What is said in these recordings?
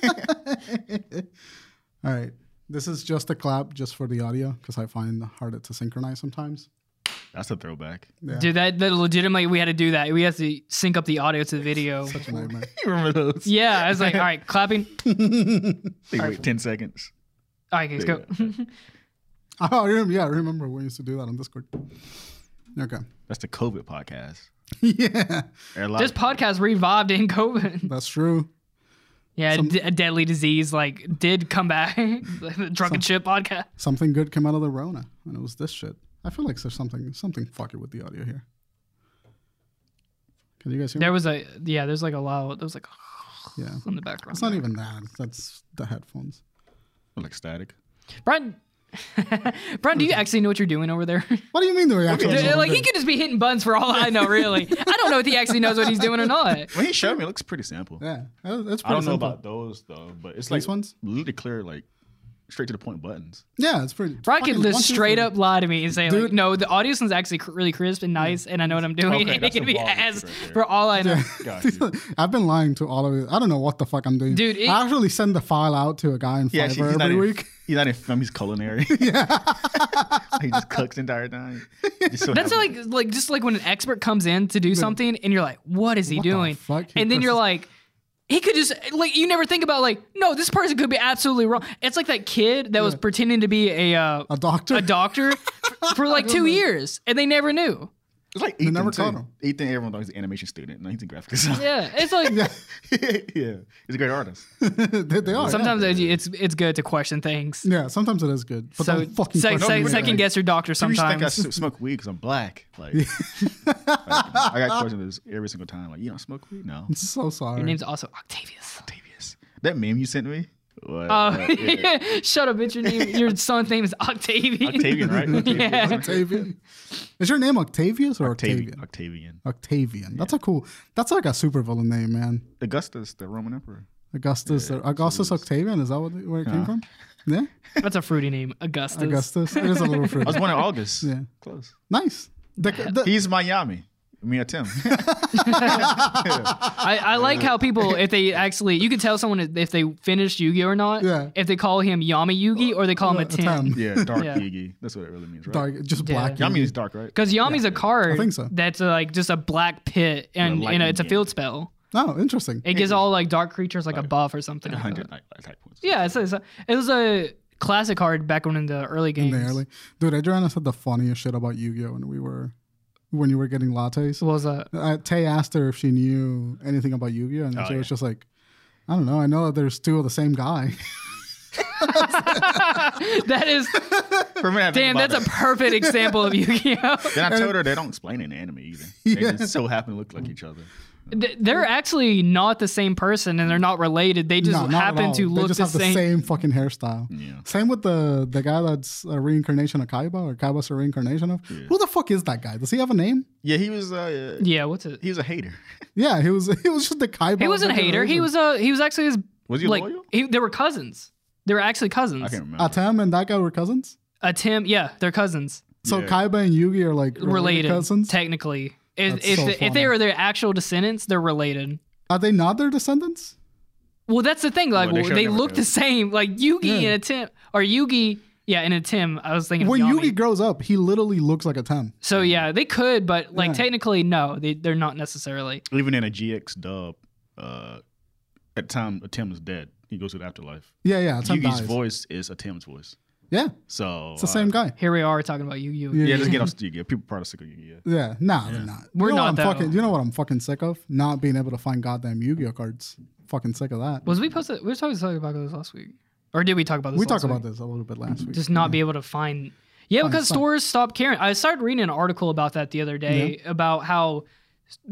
All right. This is just a clap just for the audio because I find hard it to synchronize sometimes. That's a throwback. Yeah. Dude, that, that legitimately we had to do that. We had to sync up the audio to the video. Such a nightmare. You remember those? yeah, I was like, all right, clapping. They wait 10 seconds. All right, let's go. oh, I remember, yeah, I remember we used to do that on Discord. Okay. That's the COVID podcast. yeah, There are a lot this of- podcast revived in COVID. that's true. Yeah, d- a deadly disease like did come back. the drunken ship podcast. Something good came out of the Rona, and it was this shit. I feel like there's something something fucking with the audio here. Can you guys hear? There me? was a yeah. There's like a loud. There was like Yeah, in the background. it's not even that. That's the headphones. like static. Brian. Brian, do you actually know what you're doing over there? What do you mean the reaction? Dude, like he could just be hitting buns for all I know. Really, I don't know if he actually knows what he's doing or not. Well, he showed me. It looks pretty sample. Yeah, that- that's pretty I don't know simple. about those though, but it's These like ones? really clear, like straight to the point buttons. Yeah, it's pretty. Brian could fucking just one, two, straight three. up lie to me and say, like, Dude. "No, the audio sound's actually cr- really crisp and nice, and I know what I'm doing." Okay, and it that's could the be volume ass right there. for all I know. Got you. I've been lying to all of you. I don't know what the fuck I'm doing. Dude, it- I actually send the file out to a guy in Fiverr Yeah, actually, he's not every in- week. He's not in film. He's culinary. he just cooks the entire time. Just so That's happy. like like just like when an expert comes in to do something and you're like, what is he What the doing? fuck? He and then you're presses- like, he could just like you never think about like, no, this person could be absolutely wrong. It's like that kid that was pretending to be a uh, A doctor. a doctor for, for like two years and they never knew. it's like Ethan. never too. caught him. Ethan, everyone thought he's an animation student. No, he's a graphic designer. Yeah, it's like yeah, he's a great artist. they, they are. sometimes it- it's it's good to question things. Yeah. yeah, sometimes it is good. But so don't fucking sec- question sec- me. second guess your doctor People just think I sometimes. s- smoke weed because I'm black. Like, like, I got questioned this every single time. Like, you don't smoke weed? No. I'm so sorry. Your name's also Octavius. Octavius. That meme you sent me. What? Oh, Uh, yeah. shut up, bitch! Your name, your son's name is Octavius. Octavian, right? Octavian. Yeah. Octavian. Is your name Octavius or Octavian. Octavian? Octavian. Octavian. That's a cool. That's like a supervillain name, man. Augustus, the Roman emperor. Augustus. Augustus Octavian. Is that what, where it came from? Yeah. That's a fruity name, Augustus. Augustus. It is a little fruit. I was born in August. Yeah. Close. Nice. The, the, He's Miami. Me or Tim. I, I like how people, if they actually, you can tell someone if they finished Yu Gi or not. Yeah. Uh, If they call him Yama Yugi or they call him a the Tim. Tam. yeah, dark Yeah. Yugi. That's what it really means, right? Dark, just black. Yami is dark, right? Because Yami's a card I think so. that's uh, like just a black pit and Yeah, you know, it's a lightning field spell. Oh, interesting. It gives all like dark creatures like a buff or something. like that. 100 like, attack points. Yeah, it's, it's a, it was a classic card back when in the early games. Barely. Dude, Adriana said the funniest shit about Yu-Gi-Oh when we were when you were getting lattes. was a Uh, Tay asked her if she knew anything about Yu-Gi-Oh, Oh, and she yeah. was just like, "I don't know. I know that there's two of the same guy." that is For me, I think damn. about That's a it. perfect example of Yu-Gi-Oh. Then I told her they don't explain it in anime either. They just so happen to look like each other. Th- They're actually not the same person and they're not related. They just no, not at happen all. to they look just the have the same. same fucking hairstyle. Yeah. Same with the the guy that's a reincarnation of Kaiba or Kaiba's a reincarnation of. Who the fuck is that guy? Does he have a name? Yeah, he was uh, uh, Yeah, what's it? he was a hater. Yeah, he was he was just the Kaiba. He of wasn't a that hater. He generation. was a he was actually his Was he like loyal? he, they were cousins. They were actually cousins. I can't remember. Atem and that guy were cousins. A Tim, yeah, they're cousins. So Yeah. Kaiba and Yugi are like related, Related cousins. technically. If That's if, so they- if funny. they were their actual descendants, they're related. are they not their descendants? Well, that's the thing. Like Well, they well, should've they, never look done the it. same. Like Yugi Yeah. and a Tim or Yugi, yeah, and a Tim. I was thinking of When Yami. Yugi grows up, he literally looks like a Tem. So yeah, they could, but like technically, no, they they're not necessarily. Even in a GX dub, uh, at the time Tim is dead. He goes to the afterlife. Yeah, yeah. Tem Yugi's dies. voice is a Tim's voice. Yeah, So uh, it's the same guy. Here we are talking about Yu Yu. Yeah, just get off Yu-Gi-Oh. People probably sick of Yu-Gi-Oh. Yeah, nah, they're not. We're you know not, What though. I'm fucking, you know what I'm fucking sick of? Not being able to find goddamn Yu-Gi-Oh cards. Fucking sick of that. Was we posted? We were talking talking about this last week, or did we talk about this? we last talked about week? this a little bit last week. Just not be able to find. Yeah, because some. stores stopped caring. I started reading an article about that the other day about how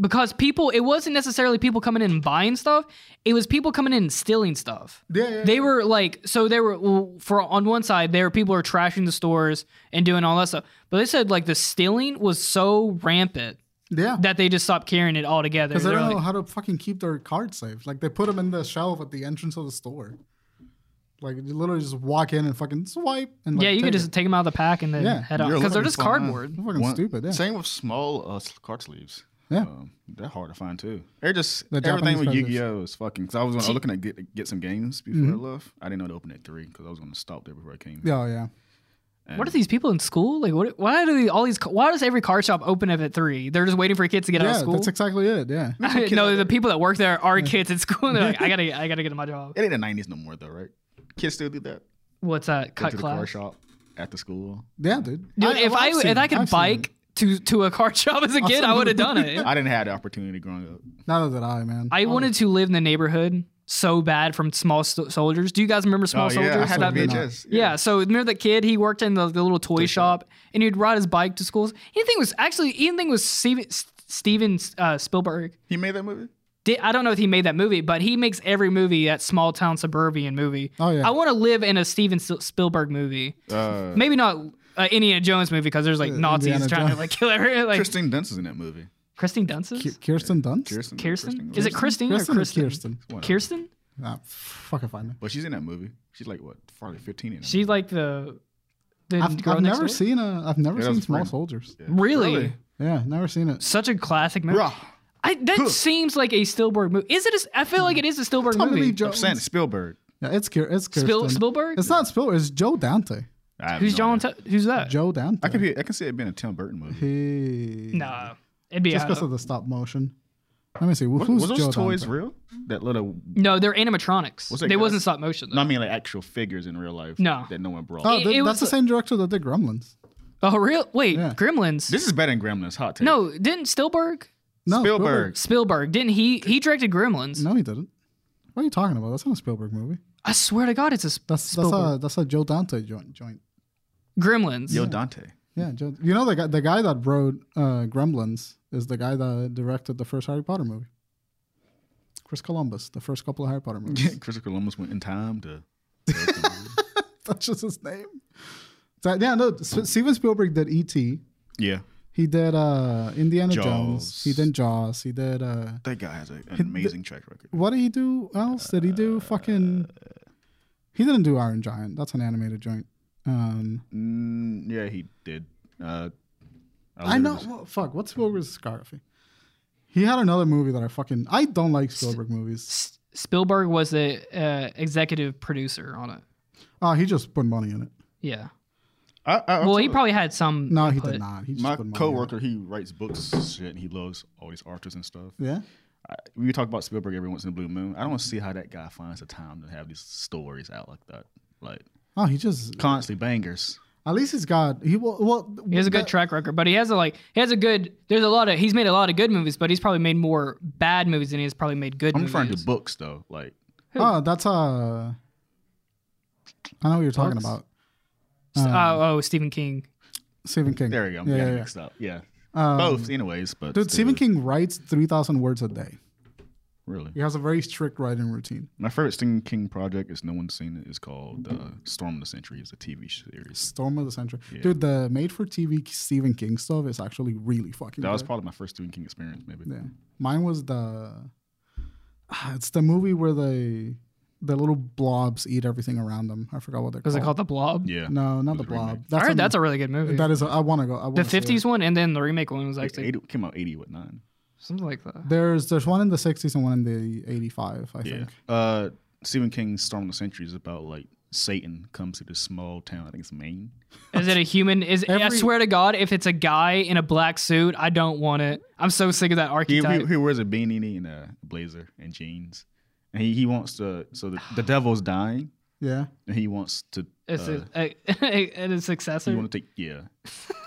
because people it wasn't necessarily people coming in and buying stuff it was people coming in and stealing stuff Yeah, yeah, they were like so they were well, for on one side there were people who were trashing the stores and doing all that stuff but they said like the stealing was so rampant yeah. that they just stopped carrying it all together. Because they They're don't know like- how to fucking keep their cards safe. Like they put them in the shelf at the entrance of the store. Like you literally just walk in and fucking swipe and like, yeah, you take can just it. take them out of the pack and then Yeah. head out You're because they're literally just flying. cardboard. Fucking stupid, yeah. Same with small uh, s- card sleeves. Yeah. Um, they're hard to find too. They're just The everything Japanese with presents. Yu-Gi-Oh is fucking. Cause I was, when I was looking at get get some games before I left. I didn't know they opened at three because I was gonna stop there before I came. Mm-hmm. Yeah, oh, yeah. And What are these people in school? Like, what? Why do they, all these? Why does every card shop open up at three? They're just waiting for kids to get out of Yeah, school. that's exactly it. Yeah. no, the people that work there are kids at school. And they're like, I gotta, I gotta get to my job. It ain't the nineties no more though, right? Kids still do that. What's that? Go Cut to the car class. shop after school. Yeah, dude. Dude, if well, I I've seen if it. I could I've seen bike to to a card shop as a kid, I would have done it. I didn't have the opportunity growing up. it. Neither did I, man. I wanted to live in the neighborhood so bad from Small Sol- Soldiers. Do you guys remember Small Soldiers? Oh, I had That the Absolutely video? not. VHS. Yeah. so remember that kid? He worked in the, the little toy shop, and he'd ride his bike to schools. Anything was actually anything was Steven, Steven uh, Spielberg. he made that movie. Did, I don't know if he made that movie, but he makes every movie that small town suburban movie. Oh, yeah. I want to live in a Steven S- Spielberg movie. Uh, Maybe not uh, Indiana Jones movie because there's like Uh, Nazis Indiana trying to Jones. like kill everyone. Like Kristen Dunst is in that movie. Christine Dunst's Ki- Kirsten Dunst. Kirsten. Kirsten? Is it Kirsten? Christine or or Kristen? Kirsten. One of them. Kirsten? Nah, fucking fine. But she's in that movie. She's like what, probably fifteen in. that She's like the the I've, girl I've next never door? seen a. I've never Yeah, that seen was Small Brandon. Soldiers. movie. Yeah. Really? Yeah, never seen it. Such a classic movie. Bruh. I, that seems like a Spielberg movie. Is it? a s I feel like it is a Spielberg Tommy Lee movie. I'm Jones. saying it's Spielberg. Yeah, it's Kir- it's Kirsten. Spiel, Spielberg? It's not Spielberg. It's Joe Dante. I have Who's no John? idea. T- who's that? Joe Dante. I can be, I can see it being a Tim Burton movie. He- Nah, it'd be Just uh, because of the stop motion. Let me see. What, who's was those Joe toys Dante? real? That little no. They're animatronics. What's that they guy? wasn't stop motion. no, Though. I mean like actual figures in real life. No. That no one brought. Oh, It- th- it that's was- the same director that did Gremlins. oh, real? Wait, Yeah. Gremlins. This is better than Gremlins. Hot take. no, didn't Spielberg? No, Spielberg. Spielberg didn't he? He directed Gremlins. No, he didn't. What are you talking about? That's not a Spielberg movie. I swear to God, it's a s- That's that's Spielberg. a that's a Joe Dante joint. Joint. Gremlins. Yo Dante. Yeah, Joe, you know the guy the guy that wrote uh, Gremlins is the guy that directed the first Harry Potter movie. Chris Columbus, the first couple of Harry Potter movies. Chris Columbus went in time to. that's just his name. So, yeah, no. S- Steven Spielberg did E.T. yeah. He did uh, Indiana Jones. Jaws. He did Jaws. He did. Uh, That guy has a- an amazing track record. what did he do else? Did he do fucking? He didn't do Iron Giant. That's an animated joint. Um, Mm, yeah, he did. Uh, I know. Well, fuck. What's Spielberg's discography? He had another movie that I fucking. I don't like Spielberg movies. S- Spielberg was the uh, executive producer on it. Oh, he just put money in it. Yeah. I, I, Well, he probably had some. No, he input. did not. He just my put money coworker. He writes books, and shit, and he loves all these artists and stuff. In it. Yeah. I, we talk about Spielberg every once in a blue moon. I don't see how that guy finds the time to have these stories out like that, like Oh, he just. constantly bangers. At least he's got. He will. Well, He has a good that- track record, but he has a like he has a good. There's a lot of he's made a lot of good movies, but he's probably made more bad movies than he has probably made good. I'm movies. referring to books though, like Oh, that's uh I know what you're talking Books? about. oh, oh, Stephen King. Stephen King. there you go. I'm Yeah, getting yeah, yeah. mixed up. Yeah, Um, both, anyways. But Dude, Stephen King writes 3,000 words a day. Really, He has a very strict writing routine. my favorite Stephen King project is no one's seen it. It's called uh, Storm of the Century. It's a TV series. Storm of the Century. Dude, the made for TV Stephen King stuff is actually really fucking That was good. probably my first Stephen King experience, maybe. yeah. Mine was the Ah, it's the movie where they the little blobs eat everything around them. I forgot what they're Was called. it called The Blob? Yeah. No, not It the was a remake. blob. I heard an- that's a really good movie. that is a, I want to go. I the wanna see it. '50s one, and then the remake one was It actually 80 came out 80, what, nine? something like that. There's there's one in the 60s and one in the 85, I Yeah. think. Uh, Stephen King's Storm of the Century is about like Satan comes to this small town. I think it's Maine. Is it a human? Is I Every- swear to God, if it's a guy in a black suit, I don't want it. I'm so sick of that He, archetype. he, he wears a beanie and a blazer and jeans, and he, he wants to. So the, the devil's dying, Yeah. and he wants to. it's uh, a, a, and a he successor. want to take yeah.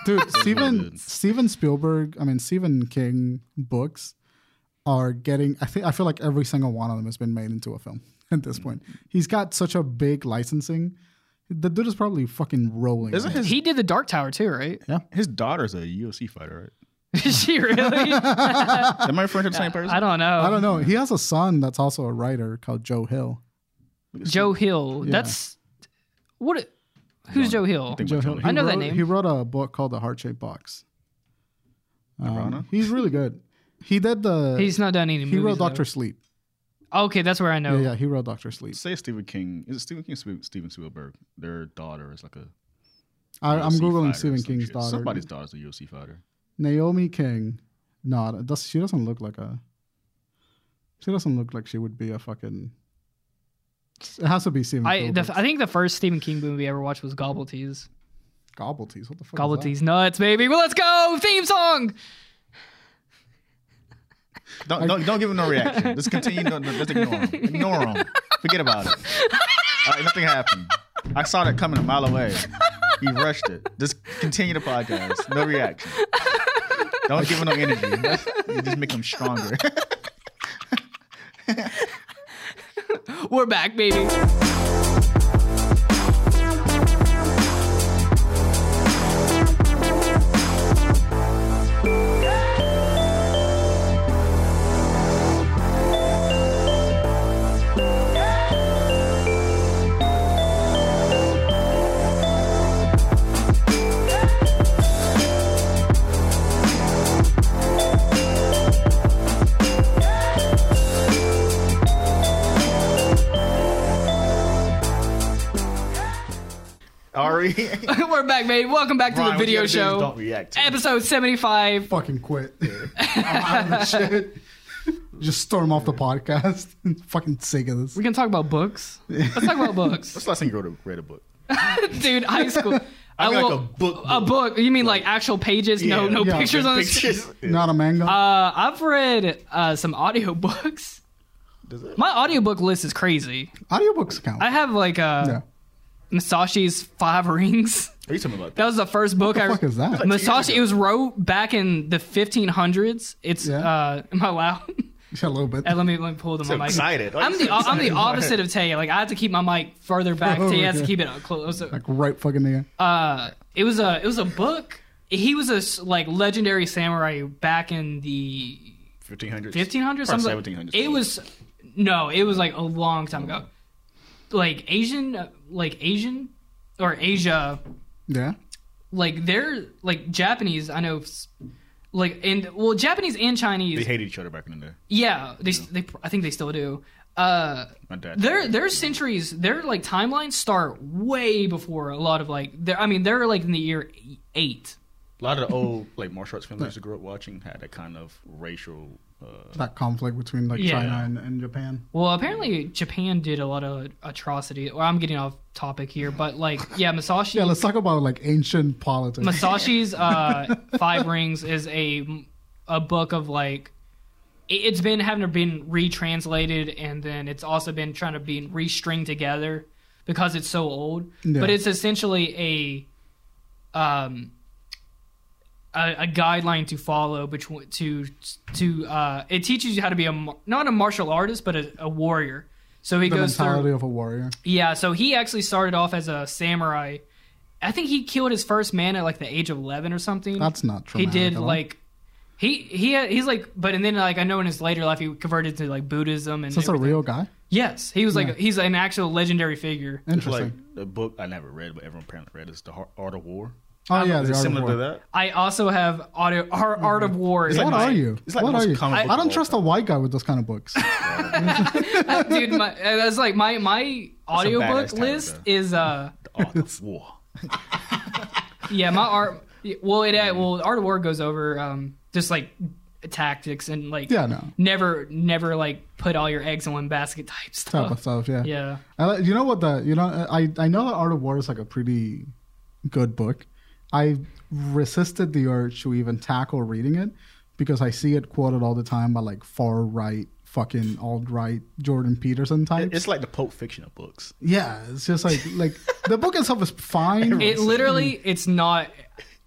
dude steven dudes. steven spielberg i mean stephen king books are getting i think i feel like every single one of them has been made into a film at Mm. this point he's got such a big licensing the dude is probably fucking rolling Isn't his He did the Dark Tower too, right? his daughter's a UFC fighter? Is she really? Right? Am I referring to the same person? I don't know. i don't know he has a son that's also a writer called joe hill Joe Hill. Yeah. That's what. Who's Joe Hill? Think joe about hill Johnny. He I know that wrote- name. he wrote a book called the heart-shaped box Um, Nirvana? he's really good he did the He's not done any he movies. wrote though. doctor sleep Okay, that's where I know. yeah yeah he wrote doctor sleep Say Stephen King. Is it Stephen King? or Sp- Steven Spielberg. Their daughter is like a. I, i'm UFC fighter or googling stephen some king's shit. daughter Somebody's daughter's a UFC fighter. Naomi King No, that- that's, she doesn't look like a. She doesn't look like she would be a fucking. It has to be Steven I the, Spielberg's. I think the first Stephen King movie I ever watched was Gobbletees. Gobbletees. What the fuck? is that? Gobbletees nuts, baby. Well, let's go. Theme song. Don't, don't, don't give him no reaction. Just continue. No, no, just ignore him. Ignore him. Forget about it. All right, nothing happened. I saw that coming a mile away. You rushed it. Just continue the podcast. No reaction. Don't give him no energy. That's- You just make him stronger. We're back, baby. Ari. We're back, baby. Welcome back to Ryan, the what you gotta video do is show, Don't react. to it. episode seventy-five. Fucking quit. I'm out of this shit. Just storm off the podcast. fucking sick of this. We can talk about books. Let's talk about books, What's the last time you wrote a, read a book? dude. High school. I, mean, like will- a book A book. book. You mean like actual pages? No, Yeah. no Yeah, pictures on the screen. Pictures. Not a manga. Uh, I've read uh, some audiobooks. Does it- My audiobook list is crazy. Audiobooks count. I have like uh, yeah. Masashi's Five Rings. Are you talking about That was the first book I The fuck is that? Masashi. ago. It was wrote back in the 1500s. It's Yeah. uh, am I loud? Yeah, a little bit. Uh, let me let me pull the my mic. excited. Oh, I'm you're the so I'm the excited. opposite of Tay. Like I have to keep my mic further back. Oh, Tay has to okay. keep it up close. Like right fucking there. Uh, it was a it was a book. He was a s- like legendary samurai back in the 1500s? 1500s. Or something. 1700s. It was no, it was like a long time ago. Like Asian, uh, like Asian or Asia Yeah. like they're like Japanese. I know, s- like and well, Japanese and They Chinese. hated each other back in the day. yeah, they, s they. I think they still do. Uh, My dad. their their centuries, their like timelines start way before a lot of like. Their, I mean, they're like in the year eight. A lot of the old like martial arts films I used to grow up watching had that kind of racial. Uh, That conflict between like Yeah. China and, and Japan. Well, apparently Japan did a lot of atrocity. Well, I'm getting off topic here, but like, yeah, Masashi. Yeah, let's talk about like ancient politics. Masashi's uh, Five Rings is a a book of like it- it's been having to been retranslated and then it's also been trying to be restringed together because it's so old. Yeah. But it's essentially a um a, a guideline to follow between to to uh it teaches you how to be a mar- not a martial artist but a, a warrior. So he the goes through mentality of a warrior. yeah, so he actually started off as a samurai. I think he killed his first man at like the age of eleven or something. That's not true. he did like he he he's like, but and then like I know in his later life he converted to like Buddhism and So it's a everything. real guy. yes, he was like he's an actual legendary figure. it's like Interesting. the book I never read, but everyone apparently read is the Har- Art of War. oh yeah, Is the Art of it similar War. to that? I also have audio, Ar- Art of War. It's Mm-hmm. What like are my- you? it's like what the most are you? comic book I of don't all trust a time. white guy with those kind of books. dude, my, uh, that's like my my audiobook badass title, list though. is uh The Art of War. yeah, my art. Well, it uh, well, art of war goes over um, just like tactics and like Yeah, no. never never like put all your eggs in one basket type stuff. type of stuff. Oh, Yeah. Yeah, I like, you know what the you know I I know that Art of War is like a pretty good book. I resisted the urge to even tackle reading it because I see it quoted all the time by like far right fucking alt right Jordan Peterson types. It's like the Pope Fiction of books. yeah, it's just like like the book itself is fine. it mm. literally it's not.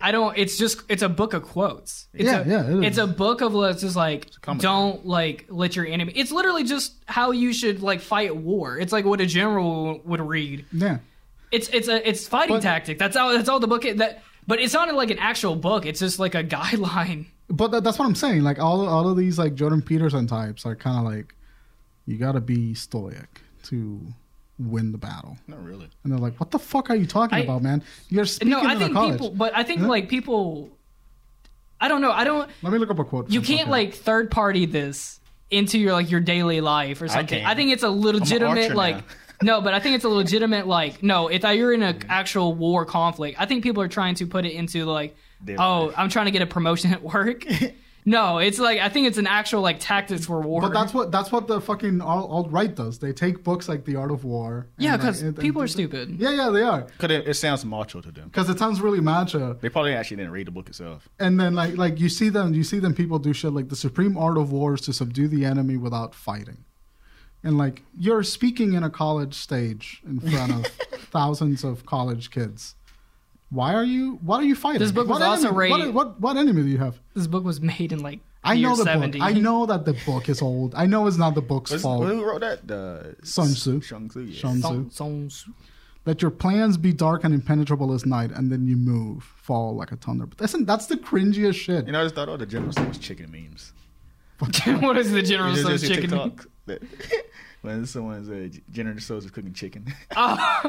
I don't. It's just it's a book of quotes. It's Yeah, a, yeah, it is. it's a book of let's just like comedy. don't like let your enemy. It's literally just how you should like fight war. It's like what a general would read. yeah. It's it's a it's fighting But- tactic. That's all. That's all the book. That but it's not like an actual book. It's just like a guideline. But that, that's what I'm saying. Like all all of these like Jordan Peterson types are kind of like you got to be stoic to win the battle. Not really. And they're like, "What the fuck are you talking I- about, man? You're speaking no, I in think college." people, but I think like people, I don't know. I don't. Let me look up a quote. You from can't fucking- like third party this into your like your daily life or something. can. I, think it's a legitimate archer like. now. No, but I think it's a legitimate like no. If I- you're in Mm. an actual war conflict, I think people are trying to put it into like, Daily oh, life. I'm trying to get a promotion at work. No, it's like I think it's an actual like tactics reward. But that's what that's what the fucking alt alt right does. They take books like The Art of War. and, yeah, like, because it- and- people are stupid. Yeah, yeah, they are. Cause it, it sounds macho to them. Because it sounds really macho. They probably actually didn't read the book itself. And then like like you see them you see them people do shit like the supreme art of war is to subdue the enemy without fighting. And like you're speaking in a college stage in front of thousands of college kids. Why are you why are you fighting? This book what was also enemy, rated- what, e, what what enemy do you have? This book was made in like the I know year the 70. book. I know that the book is old. I know it's not the book's What's- fault. Who wrote that? The Sun Tzu. Sun Tzu. Yeah. Sun Tzu. Song- songs. Let your plans be dark and impenetrable as night, and then you move, fall like a thunder. But that's that's the cringiest shit. You know, I just thought all the general stuff was chicken memes. what is the general You so's just- just see chicken? TikTok that- when someone's uh, general so's is cooking chicken.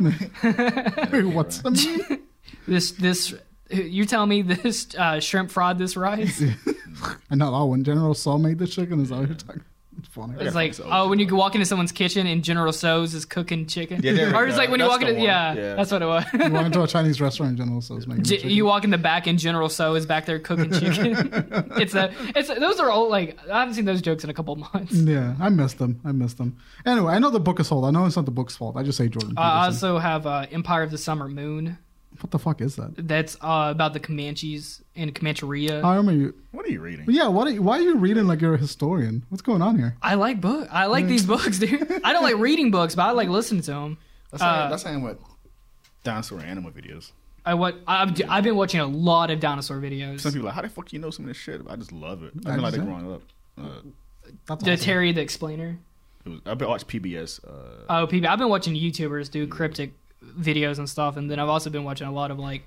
Wait, what's the meme? This this you tell me this uh, shrimp fried this rice? I know that one. oh, General Saul made the chicken. Is that what you're talking? It's funny. Yeah, It's like it's old oh when you walk into someone's kitchen and General So's is cooking chicken. Yeah, there we or it's go. like when you That's walk the into one. yeah, Yeah. that's what it was. You went into a Chinese restaurant. General Saul's making the J- chicken. you walk in the back and General So is back there cooking chicken. it's a, it's a, those are all like I haven't seen those jokes in a couple months. Mm. yeah, I missed them. I missed them. Anyway, I know the book is old. I know it's not the book's fault. I just say Jordan. Uh, I Peterson. also have uh, Empire of the Summer Moon. what the fuck is that? That's uh, about the Comanches and Comancheria. I remember you. what are you reading? Yeah, what? Are you, why are you reading like you're a historian? What's going on here? I like book. I like these books, dude. I don't like reading books, but I like listening to them. That's Uh, saying, that's saying what dinosaur and animal videos. I what I've, I've been watching a lot of dinosaur videos. Some people are like, how the fuck you know some of this shit? I just love it. I I feel like just- that growing up. Uh, That's The awesome. Terry the Explainer. it was, I've been watching PBS. Uh, Oh, people. I've been watching YouTubers do cryptic videos and stuff, and then I've also been watching a lot of like.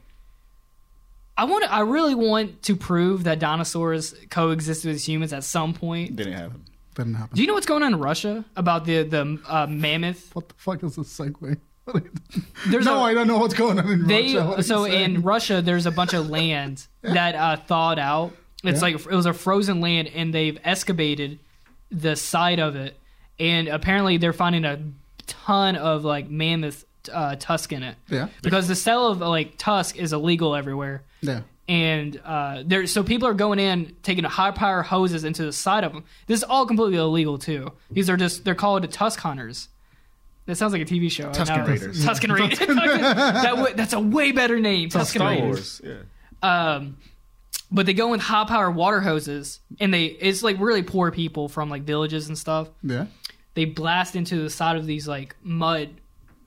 I want. to I really want to prove that dinosaurs coexisted with humans at some point. didn't happen. Didn't happen. Do you know what's going on in Russia about the the uh, mammoth? what the fuck is this segue? There's no, a- I don't know what's going on in They Russia. What are you so in saying? Russia, there's a bunch of land that uh, thawed out. It's Yeah. like it was a frozen land, and they've excavated the side of it, and apparently they're finding a ton of like mammoth uh, tusk in it. yeah, because the sale of like tusk is illegal everywhere yeah. and uh there so people are going in taking high power hoses into the side of them this is all completely illegal too these are just they're called tusk hunters that sounds like a TV show. Tusken Now- Raiders. Tusken Raiders. that w- that's a way better name. Tusken Star Raiders. Wars. Yeah. Um, but they go with high power water hoses, and they it's like really poor people from like villages and stuff Yeah. they blast into the side of these like mud,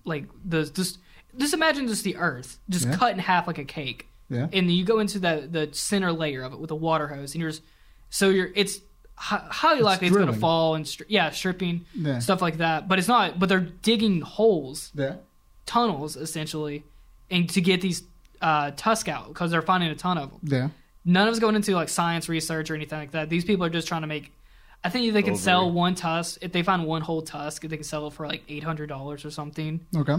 like the just just imagine just the earth just Yeah. cut in half like a cake, Yeah. and you go into the the center layer of it with a water hose, and you're just so you're it's hi- highly likely it's going to drilling. fall and stri- yeah stripping Yeah. stuff like that, but it's not. But they're digging holes, Yeah. tunnels essentially, and to get these uh, tusk out because they're finding a ton of them. Yeah. None of it's going into like science research or anything like that. These people are just trying to make. I think they can Ovary. sell one tusk if they find one whole tusk. They can sell it for like eight hundred dollars or something. Okay.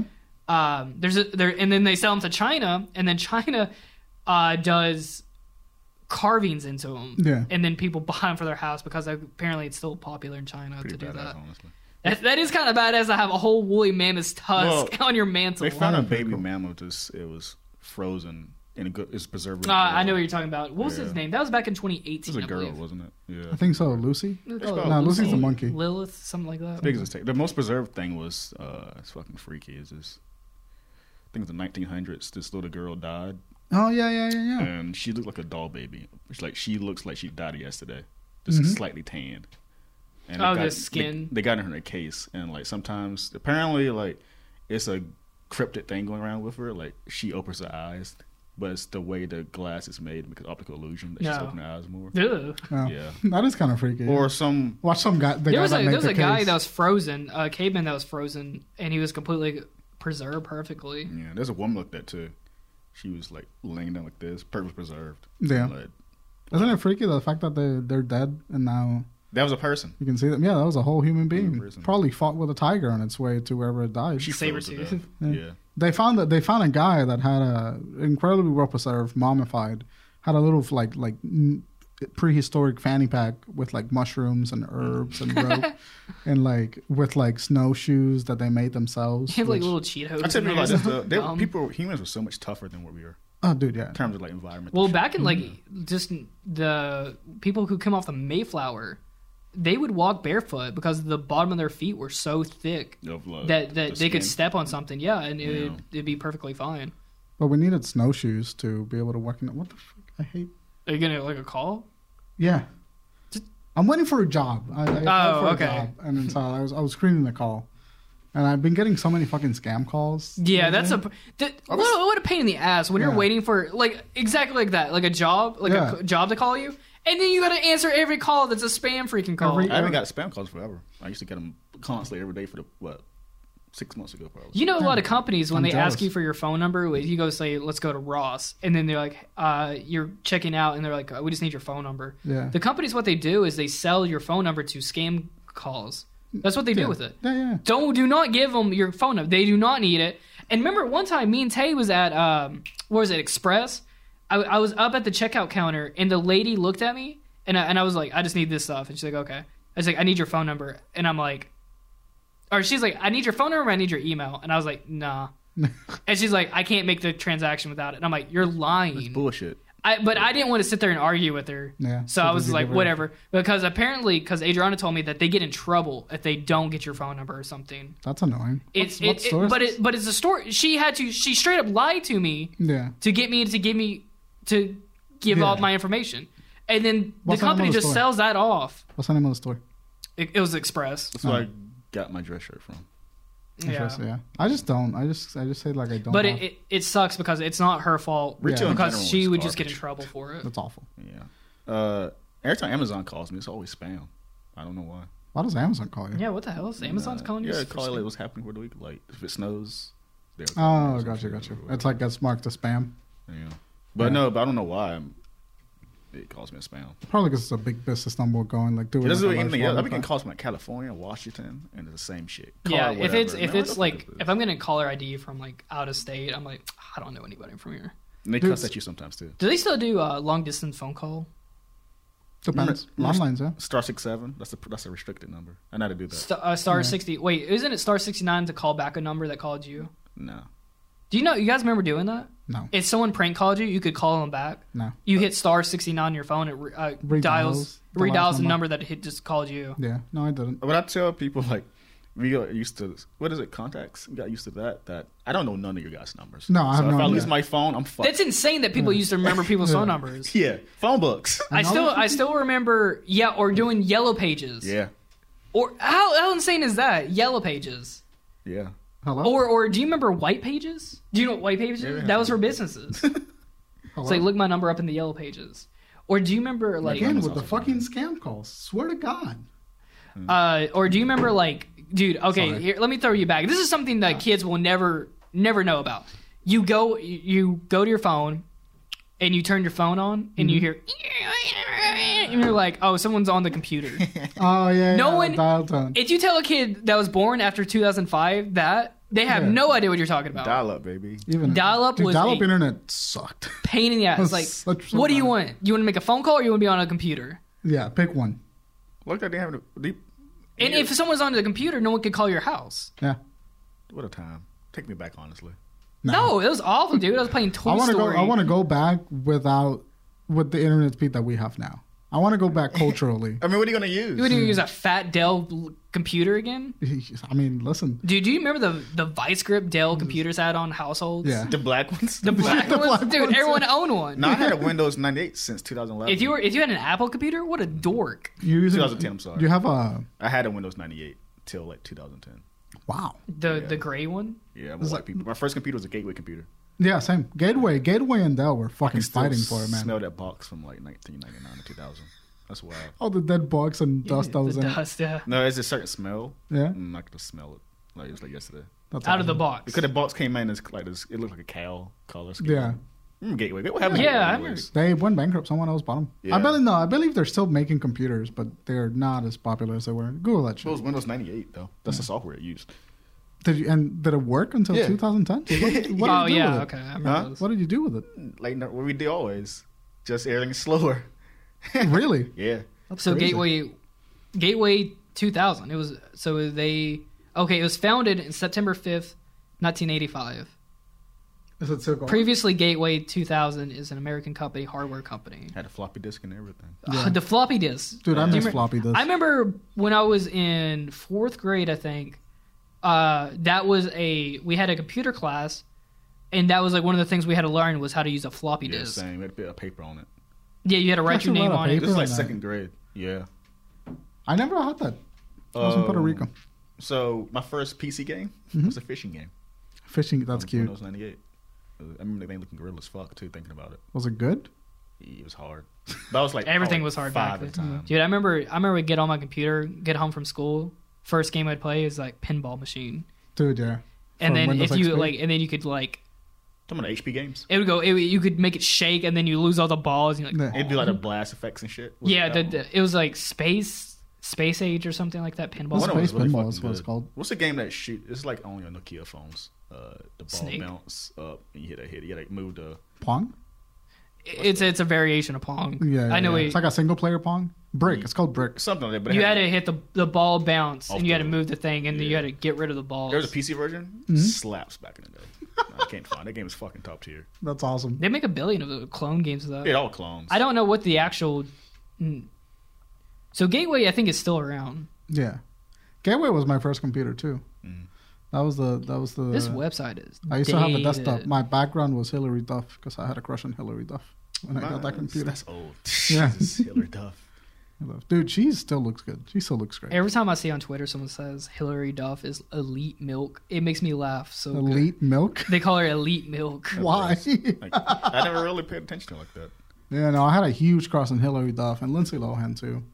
Um, there's a, there, and then they sell them to China, and then China uh, does carvings into them. Yeah. And then people buy them for their house because apparently it's still popular in China Pretty to do badass, that. honestly. that. That is kind of badass to have a whole woolly mammoth's tusk Well, on your mantle. They found a pretty baby cool. mammoth. Just, it was frozen in a good. It's preserved. uh, I know what you're talking about. What was his Yeah. name? That was back in It 2018. was a I girl, believe. wasn't it? Yeah. I think so. Lucy. Oh, No, Lucy's a monkey. Lilith, something like that. Big as a steak. The most preserved thing was uh, it's fucking freaky. Is this? I think it was the 1900s. This little girl died, Oh yeah, yeah, yeah, yeah. and she looked like a doll baby. It's like she looks like she died yesterday, just slightly tanned. And they Oh, the skin. They, they got in her in a case, and like sometimes apparently like it's a cryptid thing going around with her. Like she opens her eyes, but it's the way the glass is made because optical illusion that she's No. opening her eyes more. Ew. Oh. Yeah. That is kind of freaky. Or some watch some guy. The There guy was that a made there was the a guy case. that was frozen, a caveman that was frozen, and he was completely preserved perfectly. Yeah, there's a woman like that too. She was like laying down like this, perfect preserved. Yeah. Like, Isn't it freaky the fact that they they're dead and now that was a person. you can see them? Yeah, that was a whole human being. person. Probably fought with a tiger on its way to wherever it died. She Saber froze to tooth. death. Yeah. They found that they found a guy that had a incredibly well preserved, mummified, had a little like like n- prehistoric fanny pack with like mushrooms and herbs and rope and like with like snowshoes that they made themselves. He had like which- little Um, Cheetos. I tell people in there or like this. something Though, they, dumb. people, humans were so much tougher than what we are. Oh, dude, yeah. in terms of like environment. Well, back in like just the people who come off the Mayflower, they would walk barefoot because the bottom of their feet were so thick of, like, that, Uh, the that they skin. could step on something. Yeah, and it, Yeah. would it'd be perfectly fine. But we needed snowshoes to be able to walk in. What the fuck? I hate. Are you gonna get, like a call? Yeah. I'm waiting for a job. I, I applied Oh, for a okay. job, and then so I was I was screening the call, and I've been getting so many fucking scam calls. Yeah, that's a that, what, was- a- what a pain in the ass when Mm-hmm. Yeah. you're waiting for like exactly like that, like a job, like Yeah. a c- job to call you, and then you gotta answer every call that's a spam freaking call. Every- I haven't got spam calls forever. I used to get them constantly every day for the what six months ago probably. You know, a lot of companies when I'm they ask jealous. you for your phone number, if you go say, "Let's go to Ross," and then they're like, uh, "You're checking out," and they're like, "Oh, "We just need your phone number." Yeah. The companies, what they do is they sell your phone number to scam calls. That's what they do with it. Yeah, yeah. Don't do not give them your phone number. They do not need it. And remember, one time me and Tay was at um, what was it Express? I, I was up at the checkout counter, and the lady looked at me, and I, and I was like, "I just need this stuff," and she's like, "Okay." I was like, "I need your phone number," and I'm like or she's like, I need your phone number, I need your email. And I was like, nah. and she's like, I can't make the transaction without it. And I'm like, you're lying. Bullshit. I, but I didn't want to sit there and argue with her. Yeah, so So I did was you like, give her- whatever. Because apparently, because Adriana told me that they get in trouble if they don't get your phone number or something. That's annoying. It's What- what it, store it, is but this? it but it's a story. She had to. She straight up lied to me yeah. to get me to give me to give Yeah. all my information, and then What's the the name of company the just store? sells that off. What's the name of the store? It, it was Express. That's where I got my dress shirt from. Yeah. Interesting, Uh-huh. yeah. I just don't. I just I just say like I don't. But have- it, it, it sucks because it's not her fault Retail in because general she is would just get in garbage. trouble for it. that's awful. Yeah. Uh, every time Amazon calls me, it's always spam. I don't know why. Why does Amazon call you? Yeah, what the hell is Amazon's Uh, calling you? Yeah, for call it like something? what's happening for the week. Like if it snows. they're calling Oh, us or gotcha, something gotcha. or whatever. It's like that's marked as spam. Yeah. But Yeah. no, but I don't know why I'm, it calls me a spam. Probably because it's a big business number going like doing. It doesn't like, do a anything large else. I've been volume getting calls from like California, Washington, and it's the same shit. Call Yeah, it if whatever. it's Man, if what it's the fuck like is this? if I'm getting caller ID from like out of state, I'm like I don't know anybody from here. And they Dude, cuss it's- at you sometimes too. Do they still do uh, long distance phone call? Depends. Remember- Landlines, yeah. Star six seven. That's a that's a restricted number. I know how to do that. St- uh, star sixty. Wait, isn't it star sixty nine to call back a number that called you? no. Do you know? You guys remember doing that? No, If someone prank called you, you could call them back. no. You hit star sixty nine on your phone, it re- uh, Redials dials the last redials the number. number that hit just called you. Yeah, no, I didn't. When I tell people like we got used to what is it contacts? We got used to that. That I don't know none of your guys' numbers. No, I have so if no I idea. lose my phone, I'm fucked. That's insane that people used to remember people's phone numbers. yeah, phone books. I Another still, I thing? still remember, yeah, or doing yellow pages. yeah, Or how, how insane is that? Yellow pages. yeah. Hello. Or, or do you remember white pages? Do you know what white pages? Yeah, is? yeah. That was for businesses. it's Hello? like look my number up in the yellow pages. Or do you remember like, again with Amazon's the a fucking scam calls. Swear to God. uh, or do you remember like, dude? Okay, Sorry. here, let me throw you back. This is something that kids will never, never know about. You go, you go to your phone, and you turn your phone on, and you hear, Mm-hmm. and you're like, oh, someone's on the computer. Oh yeah. No yeah, one- dial tone. if you tell a kid that was born after 2005 that they have Yeah. no idea what you're talking about Dial up, baby. Even dial-up Dude, was dial-up a- internet sucked. pain in the ass That's like such a what do you lie. want you want to make a phone call or you want to be on a computer yeah, pick one. Look at they having a deep. and if someone's on the computer no one could call your house Yeah. What a time. Take me back, honestly. no, it was awful dude i was playing toy I want to go. story I want to go back without with the internet speed that we have now. I want to go back culturally. I mean, what are you gonna use? you Hmm. wouldn't even use a fat dell l- computer again I mean, listen. dude do you remember the the vice grip dell computers had on households Hmm. Yeah. the black ones. the black The ones black dude ones. everyone owned one No, I had a Windows 98 since 2011. if you were if you had an apple computer what a dork You using 2010, I'm sorry. You have a I had a Windows 98 till like 2010. wow. the Yeah. the gray one Yeah, I'm a white people. My first computer was a Gateway computer. Yeah, same. Gateway, Gateway, and Dell were fucking Still fighting for it, man. Smell that box from like 1999 to 2000. That's wild. All the dead bugs and dust that was the in it. dust yeah No, it's a certain smell. Yeah. Mm, I could just smell it. Like it was like yesterday. That's out of the awesome. box Because the box came in, it's like this. It looked like a cow color scheme. Yeah. Mm, Gateway. What happened? Yeah, I to Gateway? They went bankrupt. Someone else bought them. Yeah. I believe no. I believe they're still making computers, but they're not as popular as they were. Google that It shit. was Windows 98 though. That's the software it used. Did you and did it work until Yeah. 2010? What, did- what oh did you do yeah with okay it? I remember Huh? those. What did you do with Like no- what we did always, just everything's slower. it? Really? Yeah. That's so crazy. gateway gateway 2000 it was so they okay it was founded in september 5th 1985 It's a tickle. Previously, Gateway 2000 is an American company, hardware company. Had a floppy disk and everything. the floppy disk. Dude, I Do you miss remember- floppy disks. I remember when I was in fourth grade, I think. Uh, that was a we had a computer class, and that was like one of the things we had to learn was how to use a floppy Yeah, disk. same. Had a bit of paper on it. Yeah, you had to write That's your a lot name of on it. paper. This is like on it. second grade. Yeah. I never had that. I was in Puerto Um, Rico. So my first PC game was a fishing game. Fishing, Mm-hmm. that's on cute. Windows 98. I remember they looking gorilla as fuck too. Thinking about it, Was it good? it was hard. That was like Everything probably was hard Oh, Five back at a time. Dude, I remember I remember would get on my computer, get home from school. First game I'd play is like pinball machine, Dude, yeah. and From then Windows if you XP? like, and then you could like Talking about HP games, it would go, it, would- you could make it shake, and then you lose all the balls. And you're like, Yeah. it'd be like the blast effects and shit. yeah, That the, one. the, it was like space space age or something like that. Pinball. What's One of them was Space really Pinball fucking is what it's good. called. What's the game that shoot? It's like only on Nokia phones. Uh, the ball Snake? bounce up and you hit a hit. You gotta move the. Pong? It's it's a variation of Pong. Yeah. yeah, I know yeah. it- It's like a single player Pong. Brick. It's called Brick. Something like that, but it you had had- to hit the the ball bounce Off and you had to the- move the thing and then you yeah. had to get rid of the ball. There was a PC version. Mm-hmm. Slaps back in the day. No, I can't find that game is fucking top tier. That's awesome. They make a billion of the clone games of that. It all clones. I don't know what the actual. mm. So Gateway, I think, is still around. Yeah. Gateway was my first computer too. That was the that was the This website is. Uh, I used to have a dated. desktop. My background was Hillary Duff because I had a crush on Hillary Duff when I got that That's- computer. That's old. Yeah. Jesus, Hillary Duff. Dude, she still looks good. She still looks great. Every time I see on Twitter someone says Hillary Duff is elite milk, it makes me laugh. So good. Elite milk. They call her elite milk. Why? Like, I never really paid attention like that. yeah, no, I had a huge crush on Hillary Duff and Lindsay Lohan too.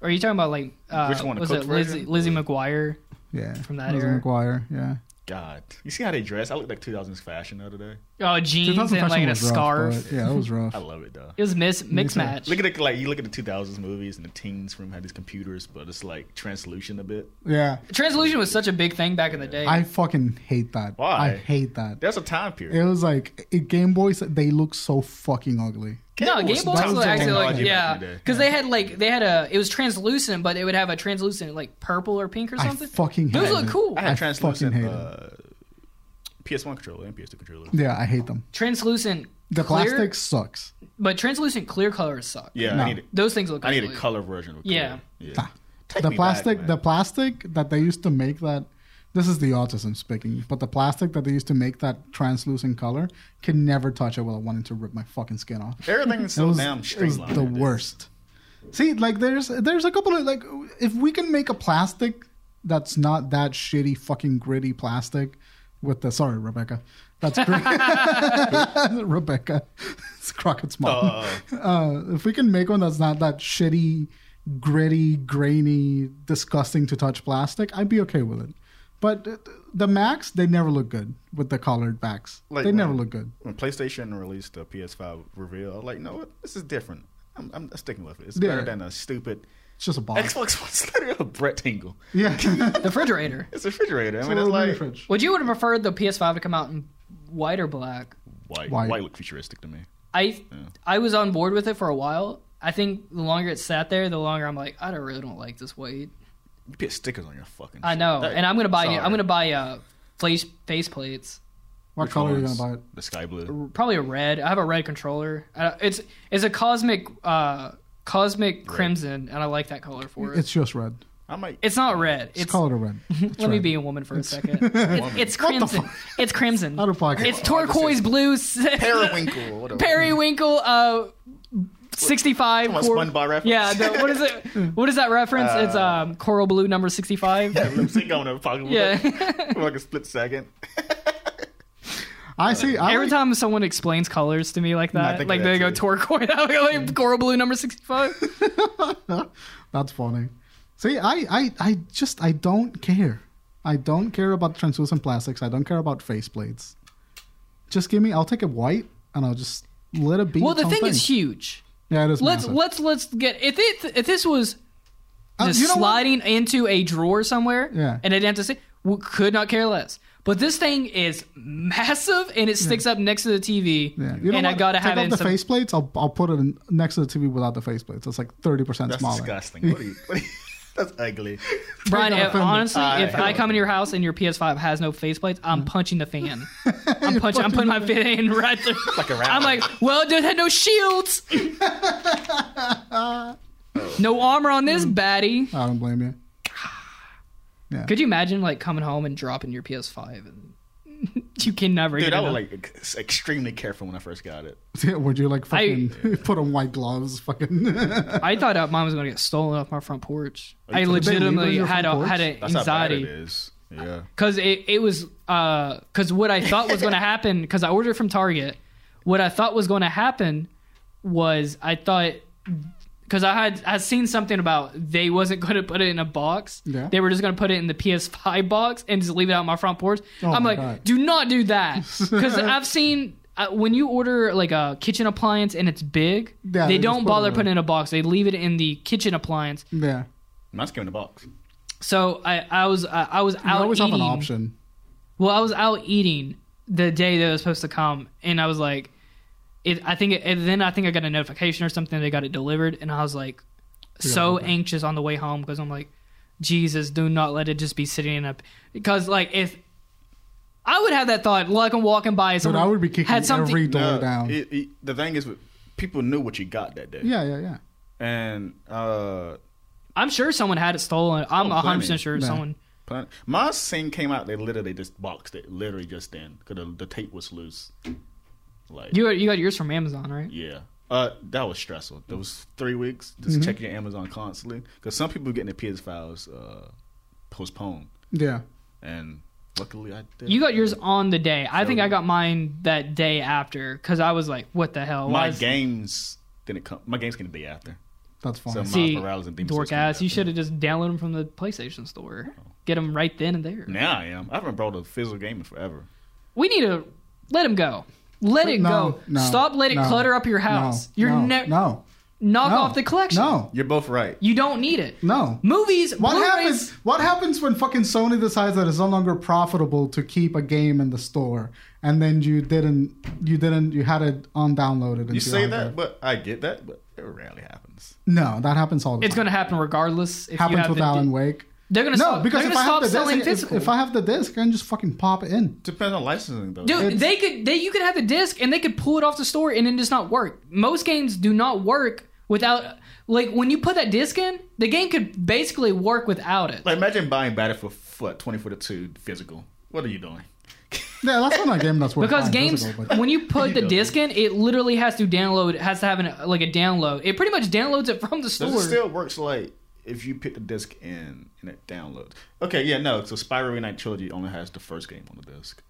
Are you talking about like uh, Which one, the Was it cooked Lizzie, version? Lizzie McGuire? Yeah, From that Lizzie era. McGuire. Yeah, God, you see how they dress? I look like 2000s fashion the other day. Oh, jeans 2000 and like fashion a was rough, scarf. but yeah, it was rough. I love it though. It was mis- mix too. match. Look at the, like you look at the 2000s movies and the teens room had these computers, but it's like translucent a bit. yeah, Translucent was such a big thing back in the day. I fucking hate that. Why? I hate that. There's a time It period. was like it, Game Boys. They look so fucking ugly. no, Game Game Boy Boy was was actually like technology back yeah, in the day. because they had like they had a it was translucent, but it would have a translucent like purple or pink or I something. fucking hate Those look it. cool. I had I translucent fucking hate uh, PS1 controller and PS2 controller. Yeah, I hate them. Translucent, The clear, plastic sucks. but translucent clear colors suck. Yeah, No. I need a, those things look. I need a ugly. color version. Of a Yeah. color. yeah. Ah. Take the me back, plastic man. the plastic that they used to make that this is the autism speaking but the plastic that they used to make that translucent color could never touch it without wanting to rip my fucking skin off Everything's it so was, it damn was straight the worst see like there's there's a couple of like if we can make a plastic that's not that shitty fucking gritty plastic with the sorry rebecca that's gr- rebecca it's crockett's mom Uh, uh, if we can make one that's not that shitty, gritty, grainy, disgusting to touch plastic, I'd be okay with it. But uh, the Macs, they never look good with the collared backs. Like they when- never look good. when PlayStation released the PS5 reveal, I was like, no, this is different. I'm, I'm sticking with it. It's Yeah. better than a stupid It's just a box. Xbox One. It's literally a rectangle. yeah. The refrigerator. It's a refrigerator. I It's a mean, little it's mini like fridge. Would you would have preferred the PS5 to come out in white or black? white. White. White, looked futuristic to me. I I was on board with it for a while. I think the longer it sat there, the longer I'm like, I don't really don't like this weight. You put stickers on your fucking. I shit. know, That- and I'm gonna buy. sorry. I'm gonna buy uh, face face plates. What Which color are you going ones? to buy it? The sky blue. Probably a red. I have a red controller. I don't- It's it's a cosmic uh, cosmic crimson, and I like that color for it. It's, It's just red. I might. not red. It's, It's, call it a red. It's let me red. be a woman for a second. it's, it's crimson. It's crimson. Out of pocket. It's turquoise blue. Periwinkle. or Whatever. Periwinkle. Uh, sixty-five. Come on, cor- spun by reference. Uh, yeah. The, what is it? What is that reference? it's um coral blue number sixty-five. Lipstick on a fucking. yeah. For like a split second. I see. I Every like- time someone explains colors to me like that, think like of that they go too. turquoise, I go like coral blue number sixty-five. That's funny. See, I, I, I just I don't care. I don't care about translucent plastics. I don't care about face plates. Just give me. I'll take it white, and I'll just let it be. well, its the own thing is huge. yeah, it is. Let's massive. let's let's get if it if this was Uh, just you know what? sliding into a drawer somewhere, Yeah. and it didn't have to say, we could not care less. But this thing is massive and it sticks up next to the TV, Yeah. You know and I what? gotta take have it off in the some. face plates. I'll I'll put it in, next to the TV without the face plates. It's like thirty percent That's smaller. disgusting. What are you? What are you That's ugly. You're not Brian, if, offended. honestly, All if right. I come into your house and your PS5 has no faceplates, I'm punching the fan. I'm punching. I'm putting my fan in right there. Like a I'm like, well, it had no shields. no armor on this Mm. baddie. I don't blame you. Could you imagine like coming home and dropping your PS5 and you can never Dude, get I it? was up? like ex- extremely careful when I first got it. Yeah, Would you like fucking put on white gloves? Fucking. I thought uh, mine was going to get stolen off my front porch. I you They kidding? leave it on legitimately your had front a, porch? had an That's how bad anxiety it is. Yeah. because it, it was because what I thought was going to happen because I ordered from Target. What I thought was going to happen was I thought because I had I seen something about they wasn't going to put it in a box. Yeah. They were just going to put it in the PS5 box and just leave it out on my front porch. Oh I'm my like, God. do not do that because I've seen. Uh, when you order like a kitchen appliance and it's big, Yeah, they they don't just put it bother in. putting it in a box. They leave it in the kitchen appliance. yeah. Mine's came in the box. So I, I was I, I was I out always eating. have an option. Well, I was out eating the day that it was supposed to come, and I was like, it, I think, it, and then I think I got a notification or something. They got it delivered, and I was like, so okay. anxious on the way home because I'm like, Jesus, do not let it just be sitting in a because like if I would have that thought, like I'm walking by, But someone I would be kicking had something. every door No, down. it- it- the thing is, people knew what you got that day. yeah, yeah, yeah. And uh, I'm sure someone had it stolen. I'm Oh, 100 plenty. percent sure No. someone. Plan- My scene came out. They literally just boxed it, literally just then, because the, the tape was loose. Like You got- you got yours from Amazon, right? yeah, uh, that was stressful. Those three weeks just Mm-hmm. checking your Amazon constantly, because some people getting their PS files uh, postponed, Yeah. and luckily I did. You got yours on the day. I think I got mine that day after because I was like, "What the hell?" Why My is- games didn't come. My games came the day after. That's fine. So my See, Morales and Demon's Souls dork came ass. after. You should have just downloaded them from the PlayStation Store. Oh. Get them right then and there. Now I am. I haven't brought a physical game in forever. We need to let him go. Let it No, go. no, Stop letting it no, clutter up your house. No, You're no, ne- no. knock no, off the collection. No. You're both right. you don't need it. No. Movies. What Blu-rays- happens? What happens when fucking Sony decides that it's no longer profitable to keep a game in the store, and then you didn't, you didn't, you had it undownloaded? You say that, but I get that, but it rarely happens. No, that happens all the It's time. going to happen regardless. If you happens have with the, Alan Wake. They're going to No, stop. because they're if gonna I have stop the selling disc, if, physical. if I have the disc, I can just fucking pop it in. Depends on licensing, though. Dude, they could they you could have a disc and they could pull it off the store and it does not work. Most games do not work without like when you put that disc in, the game could basically work without it. Like imagine buying Battlefield for what, twenty foot two physical. What are you doing? Yeah, that's not a game that's worth because buying games, physical, but- when you put the does. disc in, it literally has to download, has to have an, like a download. It pretty much downloads it from the store. Does it still works like if you pick the disc in and it downloads? Okay, yeah, no. So Spyro Reignited Trilogy only has the first game on the disc,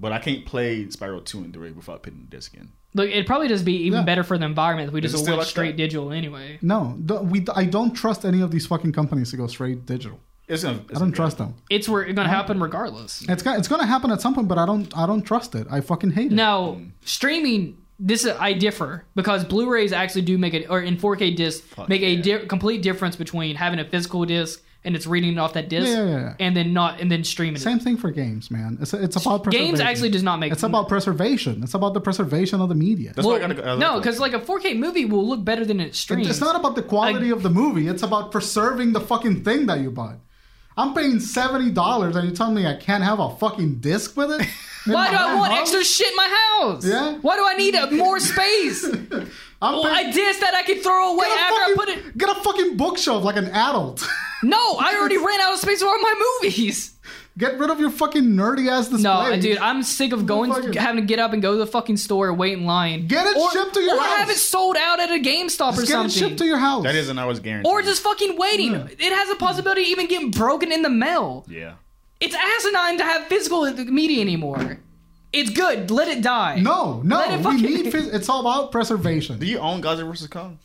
but I can't play Spyro two and three without putting the disc in. Look, it'd probably just be even Yeah. better for the environment if we Does just it still went like straight that? digital anyway. no, th- we, I don't trust any of these fucking companies to go straight digital. It's gonna, it's I don't trust them. It's where it's gonna happen regardless. It's go- it's gonna happen at some point, but I don't I don't trust it. I fucking hate it. Now, Hmm. streaming. This is, I differ because Blu-rays actually do make it, or in 4K discs make a yeah. di- complete difference between having a physical disc and it's reading it off that disc, Yeah, yeah, yeah. and then not, and then streaming Same thing for games, man. It's it's about it. preservation. Games actually does not make. It's about preservation. It's about the preservation of the media. That's Well, why I gotta go. no, because like a 4K movie will look better than it streams. It's not about the quality of the movie. It's about preserving the fucking thing that you bought. I'm paying seventy dollars, and you're telling me I can't have a fucking disc with it? In Why do my I want house? extra shit in my house? Yeah. Why do I need a, more space? I'm well, paying- I disc that I can throw away Get a after I fucking- put it. Get a fucking bookshelf like an adult. No, I already ran out of space for all my movies. get rid of your fucking nerdy ass display. No, dude, I'm sick of going, fucking- having to get up and go to the fucking store, wait in line, Get it or, shipped to your or house. have it sold out at a GameStop or Just get it something, shipped to your house. that is an hour's guarantee. or just fucking waiting. It has a possibility of even getting broken in the mail. yeah. It's asinine to have physical media anymore. It's good. Let it die. no, no, Let it we fucking- need. Phys- it's all about preservation. Do you own Godzilla vs Kong